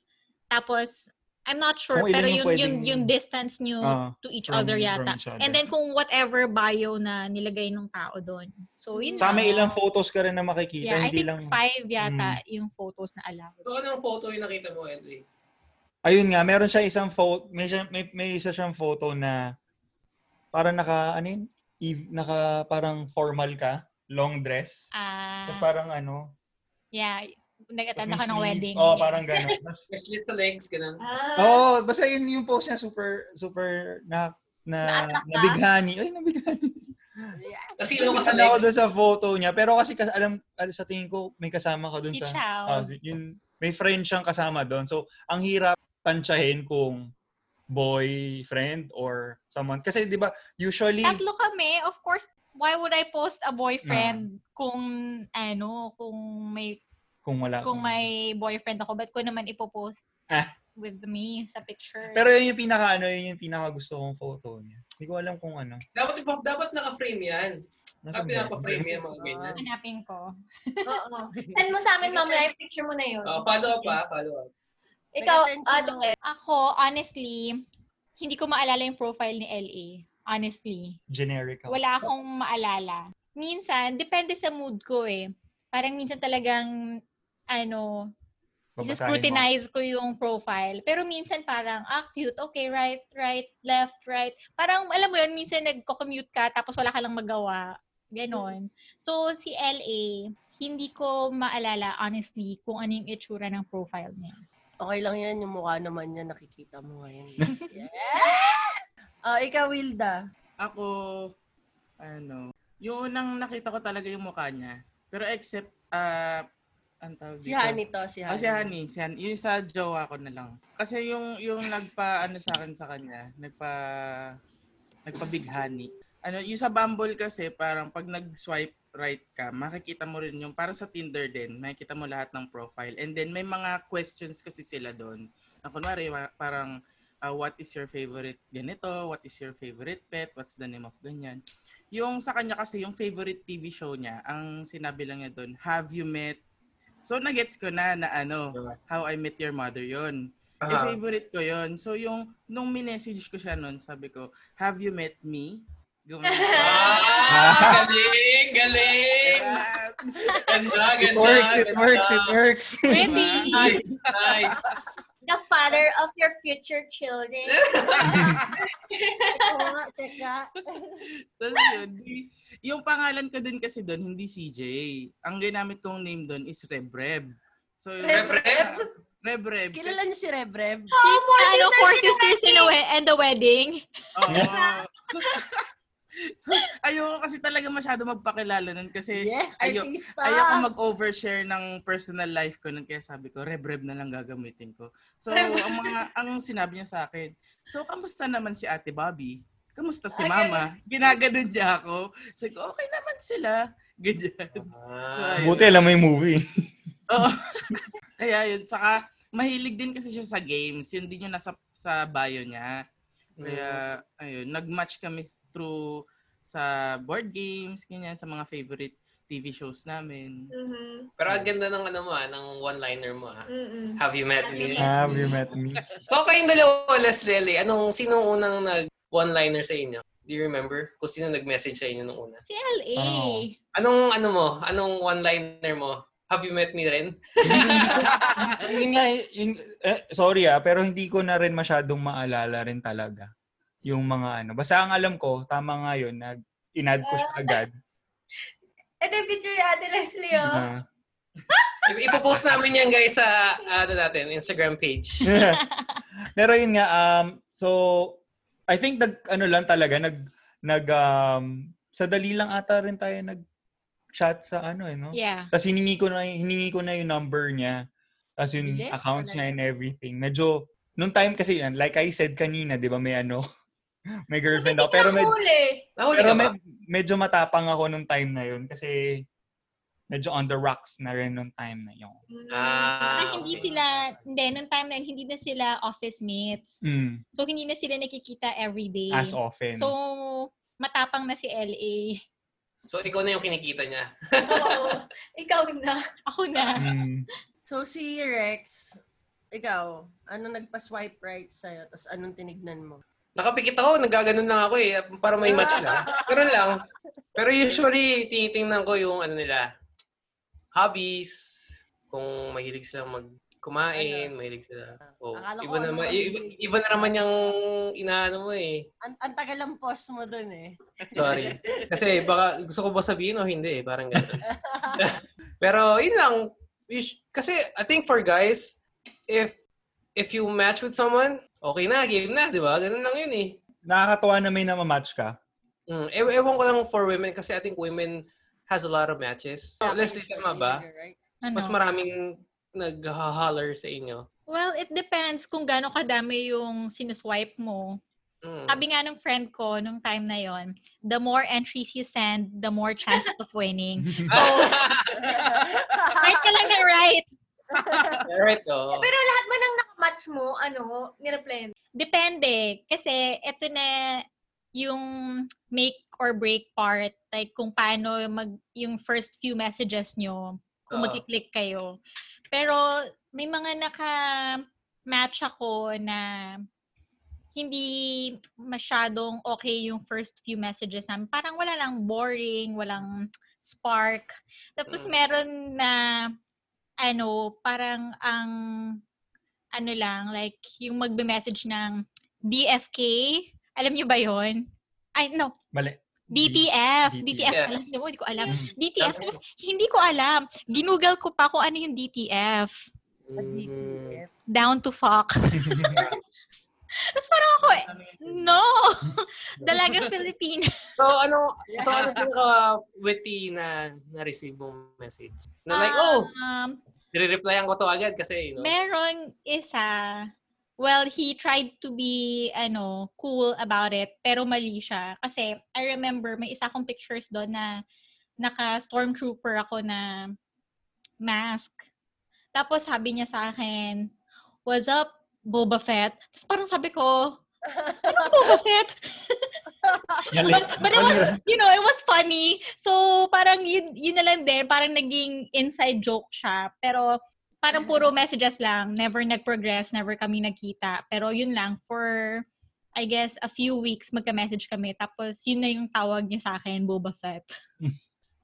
Speaker 6: tapos, I'm not sure,
Speaker 5: Kung ilan
Speaker 6: pero yung,
Speaker 5: yung
Speaker 6: yung,
Speaker 5: pwedeng-
Speaker 6: yung distance nyo
Speaker 5: Ah,
Speaker 6: to each
Speaker 5: from-
Speaker 6: other
Speaker 5: from
Speaker 6: yata.
Speaker 5: each other.
Speaker 6: And then, kung whatever bio na nilagay nung tao doon.
Speaker 1: Hmm.
Speaker 6: So, yun
Speaker 5: Sa
Speaker 6: lang.
Speaker 5: may ilang photos ka rin na makikita,
Speaker 6: um, Yeah, I
Speaker 5: hindi
Speaker 6: think
Speaker 5: lang Hmm.
Speaker 6: five yata yung photos na allowed.
Speaker 1: So, anong photo yung nakita mo, eh? LA?
Speaker 5: Ayun nga, meron siya isang photo, may, siya- may, may isa siyang photo na parang naka, ano yun? Eve, naka parang formal ka, long dress.
Speaker 6: Ah,
Speaker 5: Tapos parang ano,
Speaker 6: yeah.
Speaker 5: tapos
Speaker 6: Nag-attend
Speaker 5: may
Speaker 6: ako ng
Speaker 5: sleeve.
Speaker 6: wedding.
Speaker 5: Oo, oh,
Speaker 6: Yeah.
Speaker 5: parang gano'n.
Speaker 1: May slit the legs, ganun.
Speaker 4: Ah,
Speaker 5: Oo, oh, basta yun yung post niya, super, super na, na,
Speaker 4: Na-attract ka?
Speaker 5: nabighani. Ay, nabighani.
Speaker 1: Nasilaw ka sa
Speaker 5: Ano ako
Speaker 1: legs.
Speaker 5: doon sa photo niya. Pero kasi kas, alam, alam, sa tingin ko, may kasama ka doon
Speaker 6: Si
Speaker 5: sa...
Speaker 6: Chow.
Speaker 5: Ah, si- yun, may friend siyang kasama doon. So, ang hirap tansyahin kung boyfriend or someone. Kasi, di ba, usually...
Speaker 6: Tatlo kami, of course, why would I post a boyfriend
Speaker 5: Ah.
Speaker 6: kung ano, kung may
Speaker 5: Kung wala.
Speaker 6: kung may boyfriend ako, ba't ko naman ipopost?
Speaker 5: Ah.
Speaker 6: with me sa picture.
Speaker 5: Pero yun yung pinaka ano, yun yung pinaka gusto kong photo niya. Hindi ko alam kung ano.
Speaker 1: Dapat, dapat naka-frame yan.
Speaker 5: Nasaan
Speaker 1: Ah,
Speaker 5: Ano ba?
Speaker 1: pinapa-frame yan mga ganyan.
Speaker 6: Hanapin ko.
Speaker 4: Oo. Send mo sa amin mamaya yung picture mo na yun.
Speaker 1: Ah, follow up ah, follow up.
Speaker 4: Ikaw,
Speaker 2: Nag-attention
Speaker 4: ah,
Speaker 2: ako.
Speaker 4: Joel.
Speaker 6: Ako, honestly, hindi ko maalala yung profile ni LA. Honestly.
Speaker 5: Generic ako.
Speaker 6: Wala akong maalala. Minsan, depende sa mood ko eh. Parang minsan talagang, ano,
Speaker 5: Babasahin mo.
Speaker 6: scrutinize ko yung profile. Pero minsan parang, ah, cute. Okay, right, right, left, right. Parang, alam mo yun, minsan nagko-commute ka tapos wala ka lang magawa. Ganon. So, si LA, hindi ko maalala, honestly, kung ano yung itsura ng profile niya.
Speaker 2: Okay lang yan, yung mukha naman niya, nakikita mo ngayon. yeah! Ah, ikaw, Wilda.
Speaker 3: Ako, ano, yung unang nakita ko talaga yung mukha niya. Pero except, ah, ang tawag
Speaker 2: Si
Speaker 3: dito?
Speaker 2: Hani to, si ano. Hani.
Speaker 3: Oh, si Honey. Si Honey. Yung sa jowa ko na lang. Kasi yung, yung nagpa, ano sa akin sa kanya, nagpa, nagpa big honey. Ano, yung sa Bumble kasi, parang pag nag-swipe right ka, makikita mo rin yung, parang sa Tinder din, makikita mo lahat ng profile. And then, may mga questions kasi sila doon. Na kunwari, wa- parang, ah, what is your favorite ganito? What is your favorite pet? What's the name of ganyan? Yung sa kanya kasi, yung favorite TV show niya, ang sinabi lang niya doon, have you met So, nagets ko na na ano, How I Met Your Mother yon. Eh,
Speaker 1: Ah,
Speaker 3: favorite ko yon. So, yung, nung minessage ko siya noon, sabi ko, have you met me? Gumana.
Speaker 1: Ah, galing, galing! Ganda,
Speaker 5: It
Speaker 1: ganda,
Speaker 5: works, it
Speaker 1: ganda.
Speaker 5: works, it works.
Speaker 3: "Ah,
Speaker 6: Pretty!
Speaker 1: Nice, nice.
Speaker 4: the father of your future children.
Speaker 2: Oo nga, check nga.
Speaker 3: Tapos yun, di- yung pangalan ko din kasi doon, hindi CJ. Ang ginamit kong name doon is Rebreb. So, yun-
Speaker 1: Reb Reb?
Speaker 3: Rebreb.
Speaker 2: Kilala niyo si Rev Rev?
Speaker 4: Oh, four
Speaker 6: ano,
Speaker 4: sisters,
Speaker 6: four
Speaker 4: in a
Speaker 6: sisters in a
Speaker 4: wedding.
Speaker 6: we- and the wedding.
Speaker 3: Oo. Diba? so, ayoko kasi talaga masyado magpakilala nun kasi
Speaker 2: Yes,
Speaker 3: ayo-
Speaker 2: artista.
Speaker 3: ayoko mag-overshare ng personal life ko nun kaya sabi ko, rebreb na lang gagamitin ko. So, ang mga, ang sinabi niya sa akin, so, kamusta naman si Ate Bobby? Kamusta si
Speaker 4: Okay.
Speaker 3: Mama? Ginaganon niya ako. Sabi ko, okay naman sila. Ganyan. So,
Speaker 1: Ah,
Speaker 5: Buti alam mo yung movie.
Speaker 3: Oo. Kaya yun, saka mahilig din kasi siya sa games. Yun din yung nasa sa bio niya. Kaya ayun, nag-match kami through sa board games, ganyan, sa mga favorite TV shows namin.
Speaker 4: Mhm.
Speaker 1: Pero ang ganda ng ano mo ah, ng one-liner mo ah.
Speaker 4: Mm-mm.
Speaker 1: Have you met me?
Speaker 5: Have you Ah, met me?
Speaker 1: So kayong dalawa, Leslie, Ellie, anong, sino unang nag-one-liner sa inyo? Do you remember? Kung sino nag-message sa inyo nung una?
Speaker 6: Si LA.
Speaker 5: Oh.
Speaker 1: Anong ano mo? Anong one-liner mo? Have you met me rin?
Speaker 5: yun nga, yun, eh, sorry ah, pero hindi ko na rin masyadong maalala rin talaga yung mga ano. Basta ang alam ko, tama nga yun, nag inad ko siya agad.
Speaker 4: Ito yung picture ni Ate Leslie,
Speaker 1: Mm-hmm.
Speaker 4: oh.
Speaker 5: Ah.
Speaker 1: I- Ipopost namin yan guys sa ano natin, Instagram page.
Speaker 5: pero yun nga um so I think nag ano lang talaga nag nag um, sa dali lang ata rin tayo nag chat sa ano eh no.
Speaker 6: Yeah.
Speaker 5: Tapos hiningi ko na, hiningi ko na yung number niya. Tapos yung
Speaker 2: Bilis
Speaker 5: accounts niya
Speaker 2: talaga.
Speaker 5: and everything. Medyo, nung time kasi yan, like I said kanina, di ba may ano, may girlfriend
Speaker 1: oh.
Speaker 5: ako.
Speaker 4: Hindi
Speaker 5: Pero, med-
Speaker 4: huli.
Speaker 1: Nahuli
Speaker 5: pero
Speaker 1: ka ba?
Speaker 5: med- medyo matapang ako nung time na yun kasi medyo on the rocks na rin nung time na yun.
Speaker 1: Ah,
Speaker 6: Parang hindi sila, hindi, nung time na yun, hindi na sila office mates.
Speaker 5: Mm,
Speaker 6: So, hindi na sila nakikita everyday.
Speaker 5: as often.
Speaker 6: So, matapang na si LA.
Speaker 1: So ikaw na yung kinikita niya.
Speaker 4: Oo. Ikaw na.
Speaker 6: Ako na.
Speaker 5: Mm.
Speaker 2: So, si Rex, ikaw, ano nagpa-swipe right sa'yo? Tapos anong tinignan mo?
Speaker 1: Nakapikit ako, nagaganon lang ako eh, para may match lang. Pero lang. Pero usually, tinitingnan ko yung ano nila, hobbies, kung mahilig silang magkumain, mahilig sila. Oh,
Speaker 2: Ano? Akala ko
Speaker 1: iba,
Speaker 2: ano
Speaker 1: naman,
Speaker 2: ang
Speaker 1: iba,
Speaker 2: hobby.
Speaker 1: iba na naman yung inaano mo eh.
Speaker 2: Ang, ang tagal ang post mo dun eh.
Speaker 1: Sorry. Kasi baka gusto ko ba sabihin o hindi eh. Parang gano'n. Pero yun lang. You sh- kasi I think for guys, if if you match with someone, okay na, game na, di ba? Ganun lang yun eh.
Speaker 5: Nakakatuwa na may namamatch ka.
Speaker 1: Mm, ew- ewan ko lang for women kasi I think women has a lot of matches.
Speaker 3: Oh,
Speaker 1: So, Leslie, tama ba?
Speaker 2: Right?
Speaker 6: Ano?
Speaker 1: Ah, Mas maraming naghahaller sa inyo.
Speaker 6: well, it depends kung gaano kadami yung sinuswipe mo.
Speaker 1: Mm.
Speaker 6: Sabi nga nung friend ko nung time na yon, the more entries you send, the more chances of winning. Right ka lang na right.
Speaker 1: Alright, oh.
Speaker 4: eh, Pero lahat man ang match mo, ano, nireplyan?
Speaker 6: Depende. Kasi ito na yung make or break part. Like kung paano mag, yung first few messages nyo. Kung
Speaker 1: Oo.
Speaker 6: magkiklik kayo. Pero may mga naka-match ako na hindi masyadong okay yung first few messages namin. Parang wala lang boring, walang spark. Tapos
Speaker 1: Mm.
Speaker 6: meron na ano, parang ang ano lang, like yung magbe-message ng DFK. Alam niyo ba 'yon? Ay no,
Speaker 5: Mali.
Speaker 6: DTF.
Speaker 5: DTF.
Speaker 6: DTF. Alam niyo, hindi ko alam.
Speaker 5: Mm.
Speaker 6: DTF.
Speaker 1: Alam
Speaker 6: Tapos hindi ko alam. Ginugal ko pa kung ano yung DTF.
Speaker 1: Mm.
Speaker 6: Down to fuck. Tapos parang ako, eh, no! Dalagang Filipina.
Speaker 1: So, ano, so, ano pinaka-witty na na-receive mong message? Na like, oh,
Speaker 6: Um,
Speaker 1: nire-replyan ko to agad kasi, you know.
Speaker 6: Merong isa. Well, he tried to be, ano, cool about it, pero mali siya. Kasi, I remember, may isa akong pictures doon na naka-stormtrooper ako na mask. Tapos, sabi niya sa akin, what's up, Boba Fett? Tapos parang sabi ko, ano Boba Fett?
Speaker 5: Mali.
Speaker 6: But, but it was, you know, it was funny. So, parang yun, yun na lang din. Parang naging inside joke siya. Pero, parang puro messages lang. Never nag-progress. Never kami nagkita. Pero, yun lang. For, I guess, a few weeks, magka-message kami. Tapos, yun na yung tawag niya sa akin, Boba Fett.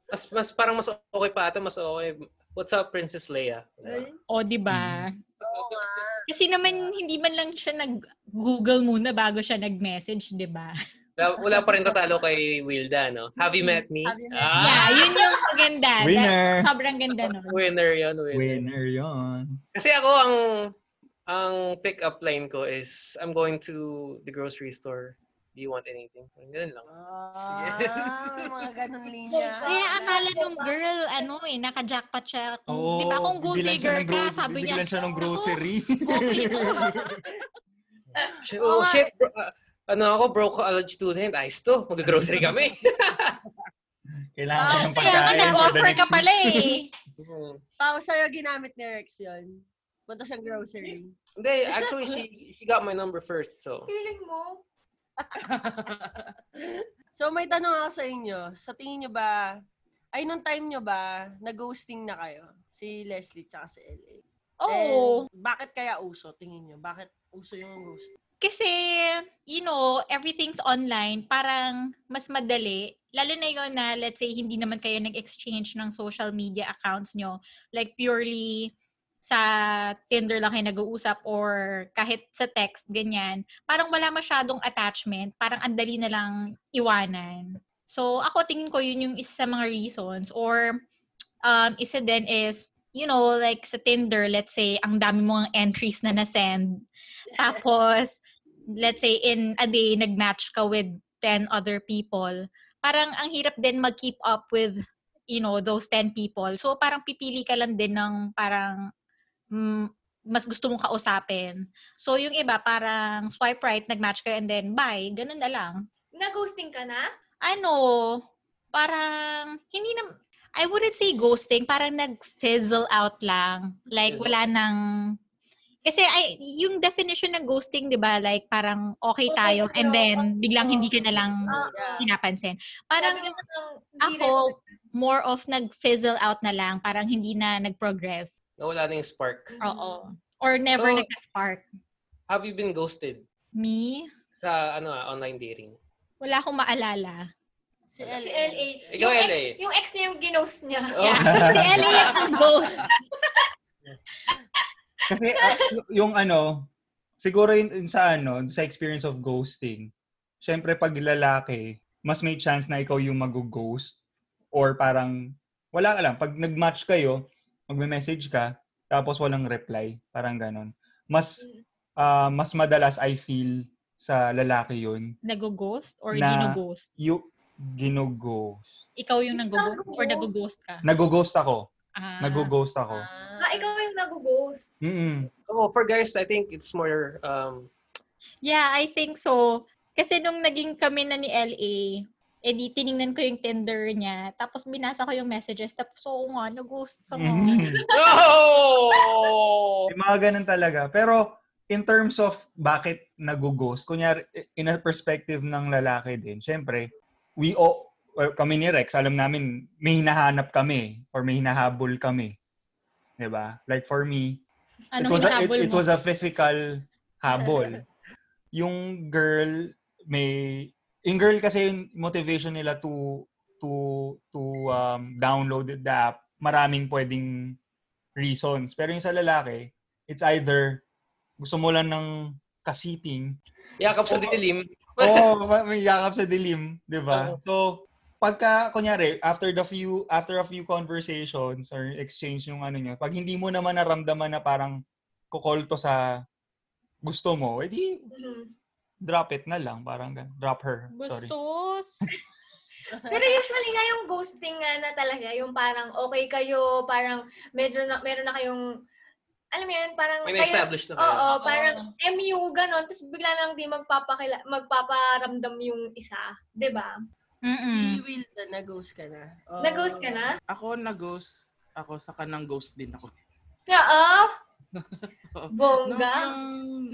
Speaker 1: Mas, mas, parang mas okay pa ata, mas okay. What's up, Princess Leia?
Speaker 6: O, di ba?
Speaker 2: Oo nga.
Speaker 6: Kasi naman, hindi man lang siya nag-Google muna bago siya nag-message, di ba?
Speaker 1: Wala, wala pa rin tatalo kay Wilda, no? Have you met me?
Speaker 2: Have you met
Speaker 1: Ah,
Speaker 6: Yeah, yun yung maganda. That-
Speaker 5: Winner.
Speaker 6: Sobrang ganda nun.
Speaker 1: Winner yun, winner.
Speaker 5: Winner yon.
Speaker 1: Kasi ako, ang ang pick-up line ko is, I'm going to the grocery store. Do you want anything? Ganun lang.
Speaker 2: Ah, mga ganun linya.
Speaker 6: Kaya akala nung girl, ano eh, naka-jackpot siya. Kung-
Speaker 5: Oo.
Speaker 6: di ba kung gold
Speaker 5: bibilan siya
Speaker 6: digger
Speaker 5: ng
Speaker 6: ka,
Speaker 5: gro-
Speaker 6: sabi niya,
Speaker 5: bibilan siya ng grocery.
Speaker 6: okay to.
Speaker 1: Shit, oh,
Speaker 2: Oo nga. eh."
Speaker 1: shit. bro- ah, ano ako, broke college student. Ayos to. Mag-grocery kami.
Speaker 6: Ah,
Speaker 5: Kailangan ko
Speaker 6: "Oh, Kaya
Speaker 5: ng
Speaker 6: nga,
Speaker 5: pagkain for the
Speaker 6: nag-offer ka
Speaker 5: next
Speaker 6: pala
Speaker 5: week.
Speaker 6: eh.
Speaker 1: Hmm.
Speaker 2: Pao sa'yo, ginamit ni Rex yun. Punta siyang grocery.
Speaker 1: Hindi, actually, she she got my number first, so.
Speaker 4: Feeling mo?
Speaker 2: So, may tanong ako sa inyo. Sa tingin nyo ba, ay, nung time nyo ba, nag-ghosting na kayo? Si Leslie tsaka si LA.
Speaker 6: Oo.
Speaker 2: And bakit kaya uso, tingin nyo? Bakit uso yung ghosting?
Speaker 6: Kasi, you know, everything's online. Parang mas madali. Lalo na yun na, let's say, hindi naman kayo nag-exchange ng social media accounts nyo. Like, purely sa Tinder lang kayo nag-uusap or kahit sa text, ganyan. Parang wala masyadong attachment. Parang ang dali na lang iwanan. So, ako tingin ko yun yung isa sa mga reasons. Or, um, isa din is, you know, like sa Tinder, let's say, ang dami mong entries na na-send. Tapos, let's say, in a day, nag-match ka with 10 other people. Parang ang hirap din mag-keep up with, you know, those 10 people. So, parang pipili ka lang din ng parang mm, mas gusto mong kausapin. So, yung iba, parang swipe right, nag-match kayo, and then bye. Ganun na lang
Speaker 4: Na-ghosting ka na?
Speaker 6: ano, parang, hindi na, I wouldn't say ghosting, parang nag-fizzle out lang. Like,
Speaker 1: Fizzle.
Speaker 6: wala nang, kasi I, yung definition ng ghosting, di ba, like, parang okay
Speaker 4: Okay
Speaker 6: tayo,
Speaker 4: tayo,
Speaker 6: and then, biglang
Speaker 4: oo.
Speaker 6: hindi ka na
Speaker 1: Mm-hmm.
Speaker 6: lang
Speaker 4: Ah,
Speaker 2: Yeah.
Speaker 6: pinapansin. Parang,
Speaker 4: Sabi mo lang, di rin-
Speaker 6: ako, more of nag-fizzle out na lang, parang hindi na nag-progress.
Speaker 1: Nawala na yung spark.
Speaker 6: Oo. Or never
Speaker 1: So-
Speaker 6: nag-spark.
Speaker 1: Have you been ghosted
Speaker 6: Me,
Speaker 1: sa ano ah, online dating?
Speaker 6: wala akong maalala.
Speaker 2: Si
Speaker 4: Si LA.
Speaker 1: Ikaw,
Speaker 4: yung
Speaker 1: LA.
Speaker 4: Ex, yung ex niya yung ginost niya.
Speaker 1: Oh.
Speaker 6: si Ellie ang ghost.
Speaker 5: Kasi ah, y- yung ano, siguro yun, yun sa ano, sa experience of ghosting, syempre pag lalaki, mas may chance na ikaw yung mag-ghost or parang wala ka lang. Pag nag-match kayo, magme-message ka, tapos walang reply. Parang ganon. Mas, ah, mas madalas I feel sa lalaki yun,
Speaker 6: Nag-ghost or
Speaker 5: Na-
Speaker 6: gino-ghost?
Speaker 5: yung ginoghost.
Speaker 6: Ikaw yung nag-ghost
Speaker 4: Nag-ghost.
Speaker 6: or nag-ghost ka?
Speaker 5: Nag-ghost ako.
Speaker 6: Ah.
Speaker 5: Nag-ghost ako.
Speaker 4: Ah, ikaw yung nag-ghost.
Speaker 5: Mm-mm.
Speaker 1: Oh, for guys, I think it's more um
Speaker 6: Yeah, I think so. Kasi nung naging kami na ni LA, eh di tiningnan ko yung Tinder niya, tapos binasa ko yung messages, tapos oo nga, nag-ghost ka nga.
Speaker 5: Mm.
Speaker 3: No!
Speaker 5: May mga ganun talaga. Pero in terms of bakit nag-ghost, kunyari, in a perspective ng lalaki din, syempre, we all, well, kami ni Rex, alam namin, may hinahanap kami or may hinahabol kami. 'Di ba? Like for me, it
Speaker 6: Anong
Speaker 5: was, a, it,
Speaker 6: hinahabol
Speaker 5: it
Speaker 6: mo?
Speaker 5: was a physical habol. yung girl, may, yung girl kasi yung motivation nila to, to, to um, download the app, maraming pwedeng reasons. Pero yung sa lalaki, it's either gusto mo lang ng kasiting
Speaker 1: Yakap sa dilim.
Speaker 5: Oo, oh, may yakap sa dilim, 'di ba?
Speaker 1: Oo.
Speaker 5: So, pagka kunyari after the few after a few conversations or exchange yung ano niya, pag hindi mo naman naramdaman na parang kukol to sa gusto mo, edi
Speaker 4: Mm-hmm.
Speaker 5: drop it na lang, parang gan- drop her. Sorry.
Speaker 6: Bustos.
Speaker 4: Pero usually nga yung ghosting nga na talaga, yung parang okay kayo, parang medyo na, meron na kayong, alam mo yun, parang
Speaker 1: May
Speaker 4: kayo-
Speaker 1: na-establish na
Speaker 4: Oo,
Speaker 1: kayo.
Speaker 6: Oo.
Speaker 4: parang MU, ganon. Tapos bigla lang di magpapakila, magpaparamdam yung isa. 'di ba?
Speaker 2: Si
Speaker 6: Mm-mm.
Speaker 2: Will na nag-ghost ka na. Oh.
Speaker 4: Na-ghost ka na?
Speaker 3: Ako nag-ghost. Ako, saka nang ghost din ako.
Speaker 4: Oo.
Speaker 3: Oo. Nung
Speaker 4: Bongga.
Speaker 3: yung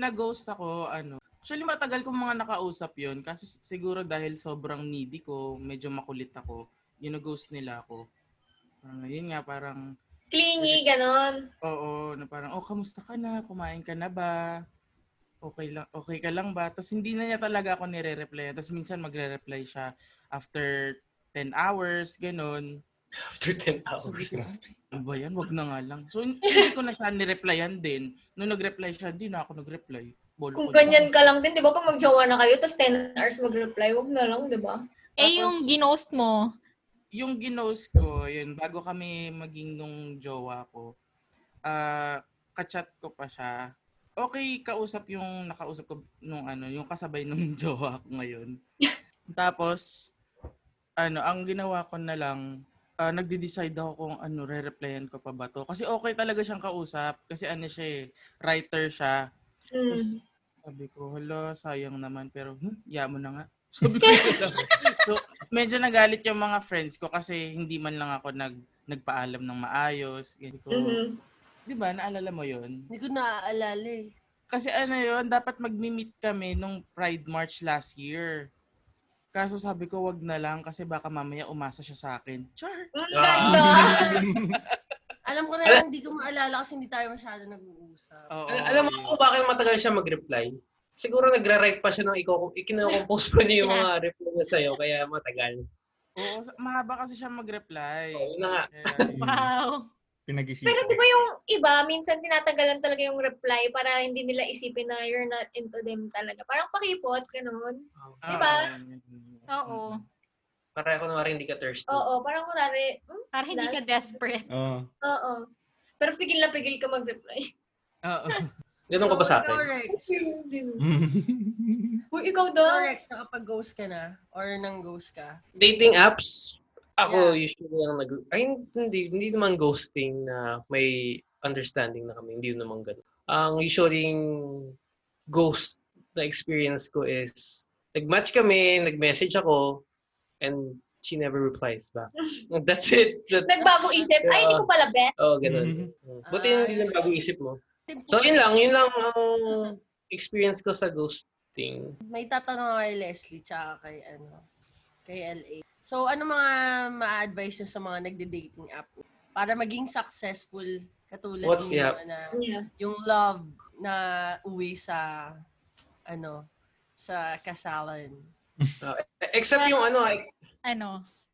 Speaker 3: nag-ghost ako, ano, actually matagal kong mga nakausap yon kasi s- siguro dahil sobrang needy ko, medyo makulit ako, yung nag-ghost nila ako. Ah, yun nga, parang,
Speaker 4: Clingy, ganon.
Speaker 3: oo, na parang, oh, kamusta ka na? Kumain ka na ba? Okay, lang, okay ka lang ba? Tapos hindi na niya talaga ako nire-reply. Tapos minsan magre-reply siya after 10 hours, ganun.
Speaker 1: After 10
Speaker 3: So,
Speaker 1: hours.
Speaker 3: sabi ko, ano ba yan? Wag na nga lang. So, hindi ko na siya nireplyan din. Nung nag-reply siya, di na ako nag-reply. Bolo
Speaker 4: Kung
Speaker 3: ko na.
Speaker 4: ganyan ka lang din, di ba? Pag magjowa na kayo, tapos 10 hours mag-reply, wag na lang, di ba?
Speaker 6: Eh, yung
Speaker 3: Tapos-
Speaker 6: ginost mo.
Speaker 3: Yung ginost ko, yun, bago kami maging nung jowa ko, ah, kachat ko pa siya. Okay, kausap yung nakausap ko nung ano, yung kasabay nung jowa ko ngayon. Tapos, ano, ang ginawa ko na lang, ah, nagde-decide ako kung ano, re-replyan ko pa ba to. Kasi okay talaga siyang kausap. Kasi ano siya eh, writer siya.
Speaker 4: Mm.
Speaker 3: Tapos,
Speaker 1: oh.
Speaker 3: sabi ko, hala, sayang naman. Pero, hmm, yaman na nga. Sabi ko lang. so, medyo nagalit yung mga friends ko kasi hindi man lang ako nag nagpaalam ng maayos. Sabi ko,
Speaker 1: Mm-hmm.
Speaker 4: Mhm.
Speaker 3: di ba, naalala mo yon
Speaker 2: Hindi ko naaalala eh.
Speaker 3: Kasi ano yon dapat mag-meet kami nung Pride March last year. Kaso sabi ko, wag na lang kasi baka mamaya umasa siya sa akin. Char!
Speaker 4: Ang
Speaker 1: Ah.
Speaker 4: ganda.
Speaker 2: Alam ko na lang, hindi ko maalala kasi hindi tayo masyado nag-uusap.
Speaker 3: Oo,
Speaker 1: Al- alam mo
Speaker 3: yun.
Speaker 1: kung bakit matagal siya mag-reply? Siguro nagra-write pa siya ng ikaw, ikinocompose pa niya yung mga reply niya sa'yo, kaya matagal.
Speaker 3: Oo, sa- mahaba kasi siya mag-reply.
Speaker 1: Oo na nga.
Speaker 3: Kaya,
Speaker 5: Mm.
Speaker 3: yun.
Speaker 6: Wow.
Speaker 5: Pinag-isipan.
Speaker 4: Pero di ba yung iba, minsan tinatanggalan talaga yung reply para hindi nila isipin na you're not into them talaga. Parang pakipot, ganun.
Speaker 3: Ah.
Speaker 4: Di ba?
Speaker 6: Oo.
Speaker 1: ah,
Speaker 3: Mm-hmm.
Speaker 1: Para kung mara hindi ka thirsty.
Speaker 4: Oo, parang kunwari, hmm,
Speaker 6: Para hindi ka desperate.
Speaker 5: Oo.
Speaker 4: oo. Pero pigil na pigil ka mag-reply.
Speaker 3: Oo.
Speaker 1: Ganun ka ba sa
Speaker 2: Ikaw,
Speaker 1: akin?
Speaker 2: Rex.
Speaker 4: Uy, ikaw
Speaker 2: Ikaw,
Speaker 4: daw.
Speaker 2: Rex, nakapag-ghost ka na? Or nang-ghost ka?
Speaker 1: Dating apps, ako usually ang nag... Ay, hindi, hindi naman ghosting na may understanding na kami. Hindi naman ganun. Ang usually yung ghost na experience ko is nag-match kami, nag-message ako, and she never replies back. That's it. That's,
Speaker 4: Nagbagong isip. Ay, hindi ko pala bet.
Speaker 1: Oo, oh, ganun. Buti hindi
Speaker 2: Ay.
Speaker 1: na bago isip mo.
Speaker 2: Simple.
Speaker 1: So, yun lang. Yun lang ang experience ko sa ghosting.
Speaker 2: May tatanong ako kay Leslie tsaka kay ano, kay LA. So ano mga ma-advise nyo sa mga nagde-dating app para maging successful katulad
Speaker 1: What's
Speaker 2: ninyo
Speaker 1: the app?
Speaker 2: na
Speaker 4: Yeah.
Speaker 2: yung love na uwi sa ano sa kasalan.
Speaker 1: Except yung ano,
Speaker 6: Ano?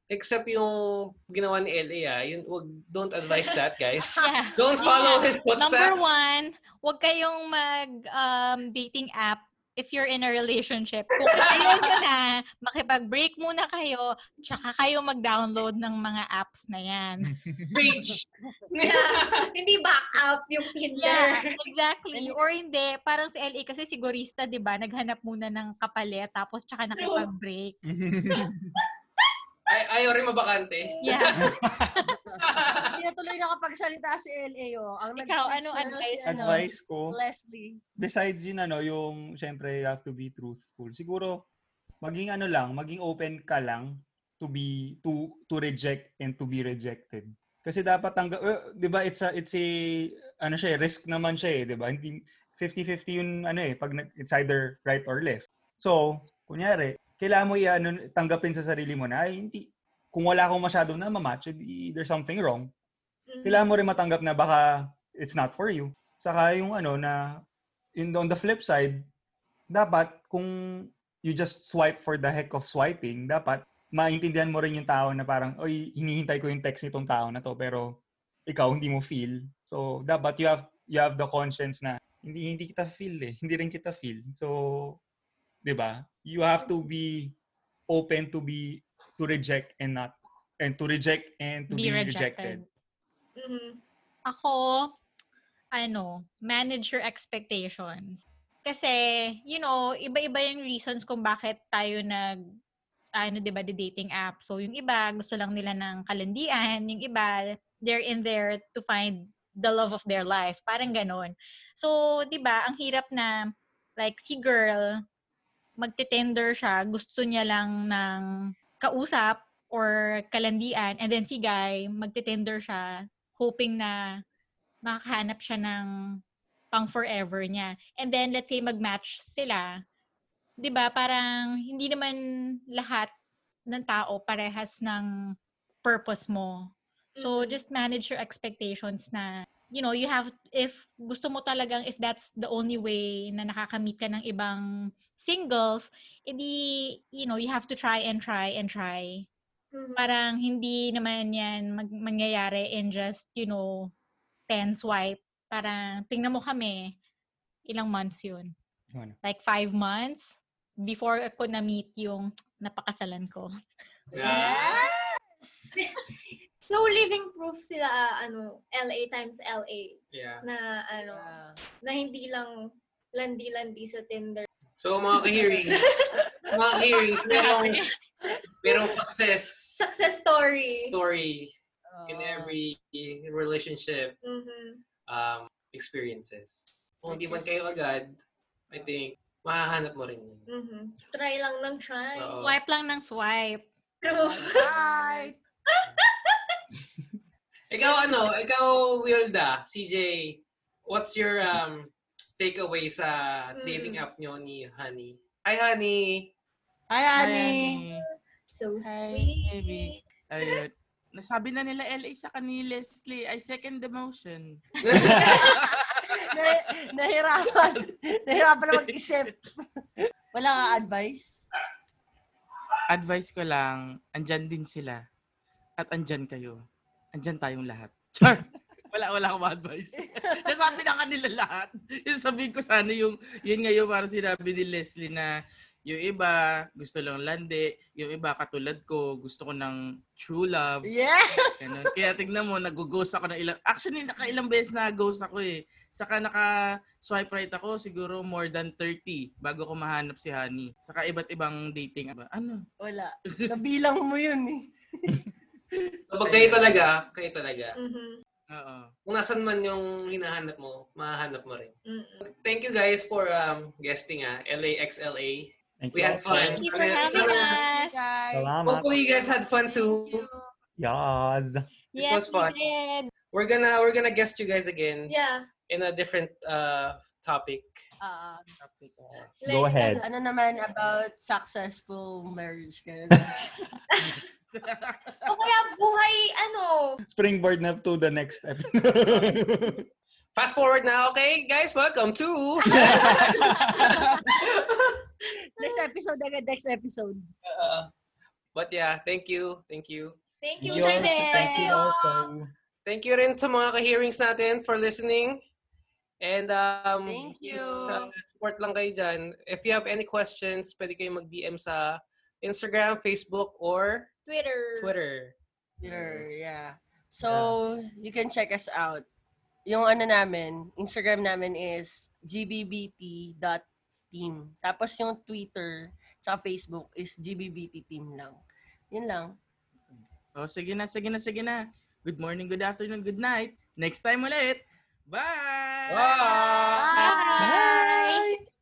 Speaker 1: except yung ginawa ni LA ah, yun, wag, don't advise that guys.
Speaker 6: Yeah.
Speaker 1: Don't follow his
Speaker 6: Number
Speaker 1: footsteps.
Speaker 6: one, huwag kayong mag-dating app if you're in a relationship. Kung ayaw nyo na, makipag-break muna kayo, tsaka kayo mag-download ng mga apps na yan.
Speaker 1: Preach!
Speaker 4: Yeah. hindi back up yung Tinder.
Speaker 6: Yeah, exactly. Or hindi, parang si LA kasi sigurista, di ba? Naghanap muna ng kapalit, tapos tsaka nakipag-break.
Speaker 1: Ay, ayaw rin mabakante.
Speaker 6: Yeah.
Speaker 2: Hindi na tuloy nakapagsalita si LA oh. Ang
Speaker 6: Ikaw,
Speaker 2: nag-text
Speaker 6: ano
Speaker 2: na
Speaker 6: advice
Speaker 2: si, ano,
Speaker 5: Advice ko.
Speaker 2: Leslie.
Speaker 5: besides yun ano, yung syempre you have to be truthful. Siguro maging ano lang, maging open ka lang to be to to reject and to be rejected. Kasi dapat ang 'di ba it's a, it's a ano siya, eh, risk naman siya eh, 'di ba? Hindi 50-50 yun ano eh, pag nag- it's either right or left. So, kunyari, kailangan mo i-ano, tanggapin sa sarili mo na, ay, hindi, kung wala akong masyadong na mamatch, edi there's something wrong.
Speaker 4: Mm-hmm.
Speaker 5: Kailangan mo rin matanggap na baka it's not for you. Saka yung ano na, in, on the flip side, dapat kung you just swipe for the heck of swiping, dapat maintindihan mo rin yung tao na parang, oy, hinihintay ko yung text nitong tao na to, pero ikaw hindi mo feel. So, dapat you have you have the conscience na hindi hindi kita feel eh. Hindi rin kita feel. So, 'di ba? You have to be open to be to reject and not and to reject and to be, rejected.
Speaker 4: Mhm.
Speaker 6: Ako, ano, manage your expectations. Kasi, you know, iba-iba yung reasons kung bakit tayo nag, ano, di ba, the dating app. So, yung iba, gusto lang nila ng kalandian. Yung iba, they're in there to find the love of their life. Parang ganon. So, di ba, ang hirap na, like, si girl, magte-tender siya, gusto niya lang ng kausap or kalandian. And then si guy, magte-tender siya, hoping na makakahanap siya ng pang forever niya. And then, let's say, mag-match sila. 'Di ba parang hindi naman lahat ng tao parehas ng purpose mo. So,
Speaker 4: Mhm.
Speaker 6: just manage your expectations na, you know, you have, if gusto mo talagang, if that's the only way na nakakamit ka ng ibang singles, edi, you know, you have to try and try and try
Speaker 4: Mhm.
Speaker 6: parang hindi naman yan mag- mangyayari in just, you know, 10 swipe. Parang tingnan mo kami, ilang months yun?
Speaker 5: Yun.
Speaker 6: Like five months before ako na-meet yung napakasalan ko.
Speaker 1: Yeah.
Speaker 4: Yes! so, living proof sila, ah, ano, LA times LA
Speaker 1: yeah.
Speaker 4: na, ano,
Speaker 2: Yeah.
Speaker 4: na hindi lang landi-landi sa Tinder.
Speaker 1: So,
Speaker 4: Oh,
Speaker 1: mga ka-hearings, mga ka-hearings, merong, merong success
Speaker 4: Success story.
Speaker 1: story in
Speaker 2: Oo.
Speaker 1: every relationship
Speaker 4: Mhm.
Speaker 1: um, experiences. Kung di
Speaker 2: Which
Speaker 1: man
Speaker 2: is-
Speaker 1: kayo agad, I think, mahahanap mo rin yun.
Speaker 4: Mhm. Try lang ng try.
Speaker 1: Oo.
Speaker 6: Swipe lang ng swipe.
Speaker 4: True.
Speaker 3: Right!
Speaker 1: Ikaw ano, ikaw Wilda, CJ, what's your um takeaway sa
Speaker 6: Hmm.
Speaker 1: dating
Speaker 4: Mm.
Speaker 1: app nyo ni Honey? Hi Honey!
Speaker 2: Hi, Annie.
Speaker 4: So
Speaker 3: Hi,
Speaker 4: sweet.
Speaker 3: baby. Ayun. Nasabi na nila LA sa kanila, Leslie. I second the motion.
Speaker 2: Nah- nahirapan. nahirapan na mag-isip. Wala ka advice?
Speaker 3: Advice ko lang, andyan din sila. At andyan kayo. Andyan tayong lahat. Char! Wala, wala akong advice. Nasabi na kanila lahat. Yung sabihin ko sana yung, yun nga yung parang sinabi ni Leslie na yung iba, gusto lang landi. Yung iba, katulad ko, gusto ko ng true love.
Speaker 2: Yes!
Speaker 3: Ganun. Kaya tignan mo, nag-ghost ako na ilang... Actually, nakailang beses na ghost ako eh. Saka naka-swipe right ako, siguro more than 30 bago ko mahanap si Honey. Saka iba't ibang dating. Ano? Ano?
Speaker 2: Wala. Nabilang mo yun eh.
Speaker 1: Kapag kayo talaga, kayo talaga.
Speaker 4: Mhm.
Speaker 3: Oo.
Speaker 1: Kung nasan man yung hinahanap mo, mahahanap mo rin.
Speaker 4: Mhm.
Speaker 1: Thank you guys for um guesting ah, LAXLA.
Speaker 5: Thank
Speaker 1: We had fun.
Speaker 6: Thank you for having
Speaker 1: Sana-
Speaker 6: us.
Speaker 2: Guys.
Speaker 5: Salamat.
Speaker 1: Hopefully you guys had fun too.
Speaker 5: Yes.
Speaker 1: This
Speaker 6: Yes,
Speaker 1: was fun.
Speaker 6: we did.
Speaker 1: We're gonna we're gonna guest you guys again
Speaker 4: Yeah.
Speaker 1: in a different uh topic.
Speaker 2: Ah,
Speaker 5: Go
Speaker 4: Like,
Speaker 5: ahead.
Speaker 2: ano naman about successful marriage? Ganun.
Speaker 4: O kaya buhay, ano,
Speaker 5: Springboard na to the next episode.
Speaker 1: Fast forward now, okay? Guys, welcome to
Speaker 2: next episode agad, next episode.
Speaker 1: Uh, but yeah, thank you. Thank you.
Speaker 4: thank you,
Speaker 5: Thank you also.
Speaker 4: Sir
Speaker 5: Thank you also.
Speaker 1: Thank you rin sa mga ka-hearings natin for listening. And um,
Speaker 2: Thank you.
Speaker 1: please, uh, support lang kayo dyan. If you have any questions, pwede kayo mag-DM sa Instagram, Facebook, or
Speaker 4: Twitter.
Speaker 1: Twitter.
Speaker 2: Sure, yeah. So, you can check us out. Yung ano namin, Instagram namin is gbbt.team. Tapos yung Twitter sa Facebook is gbbt team lang. Yun lang.
Speaker 3: O, Oh, sige na, sige na, sige na. Good morning, good afternoon, good night. Next time ulit. Bye!
Speaker 1: Bye!
Speaker 6: Bye!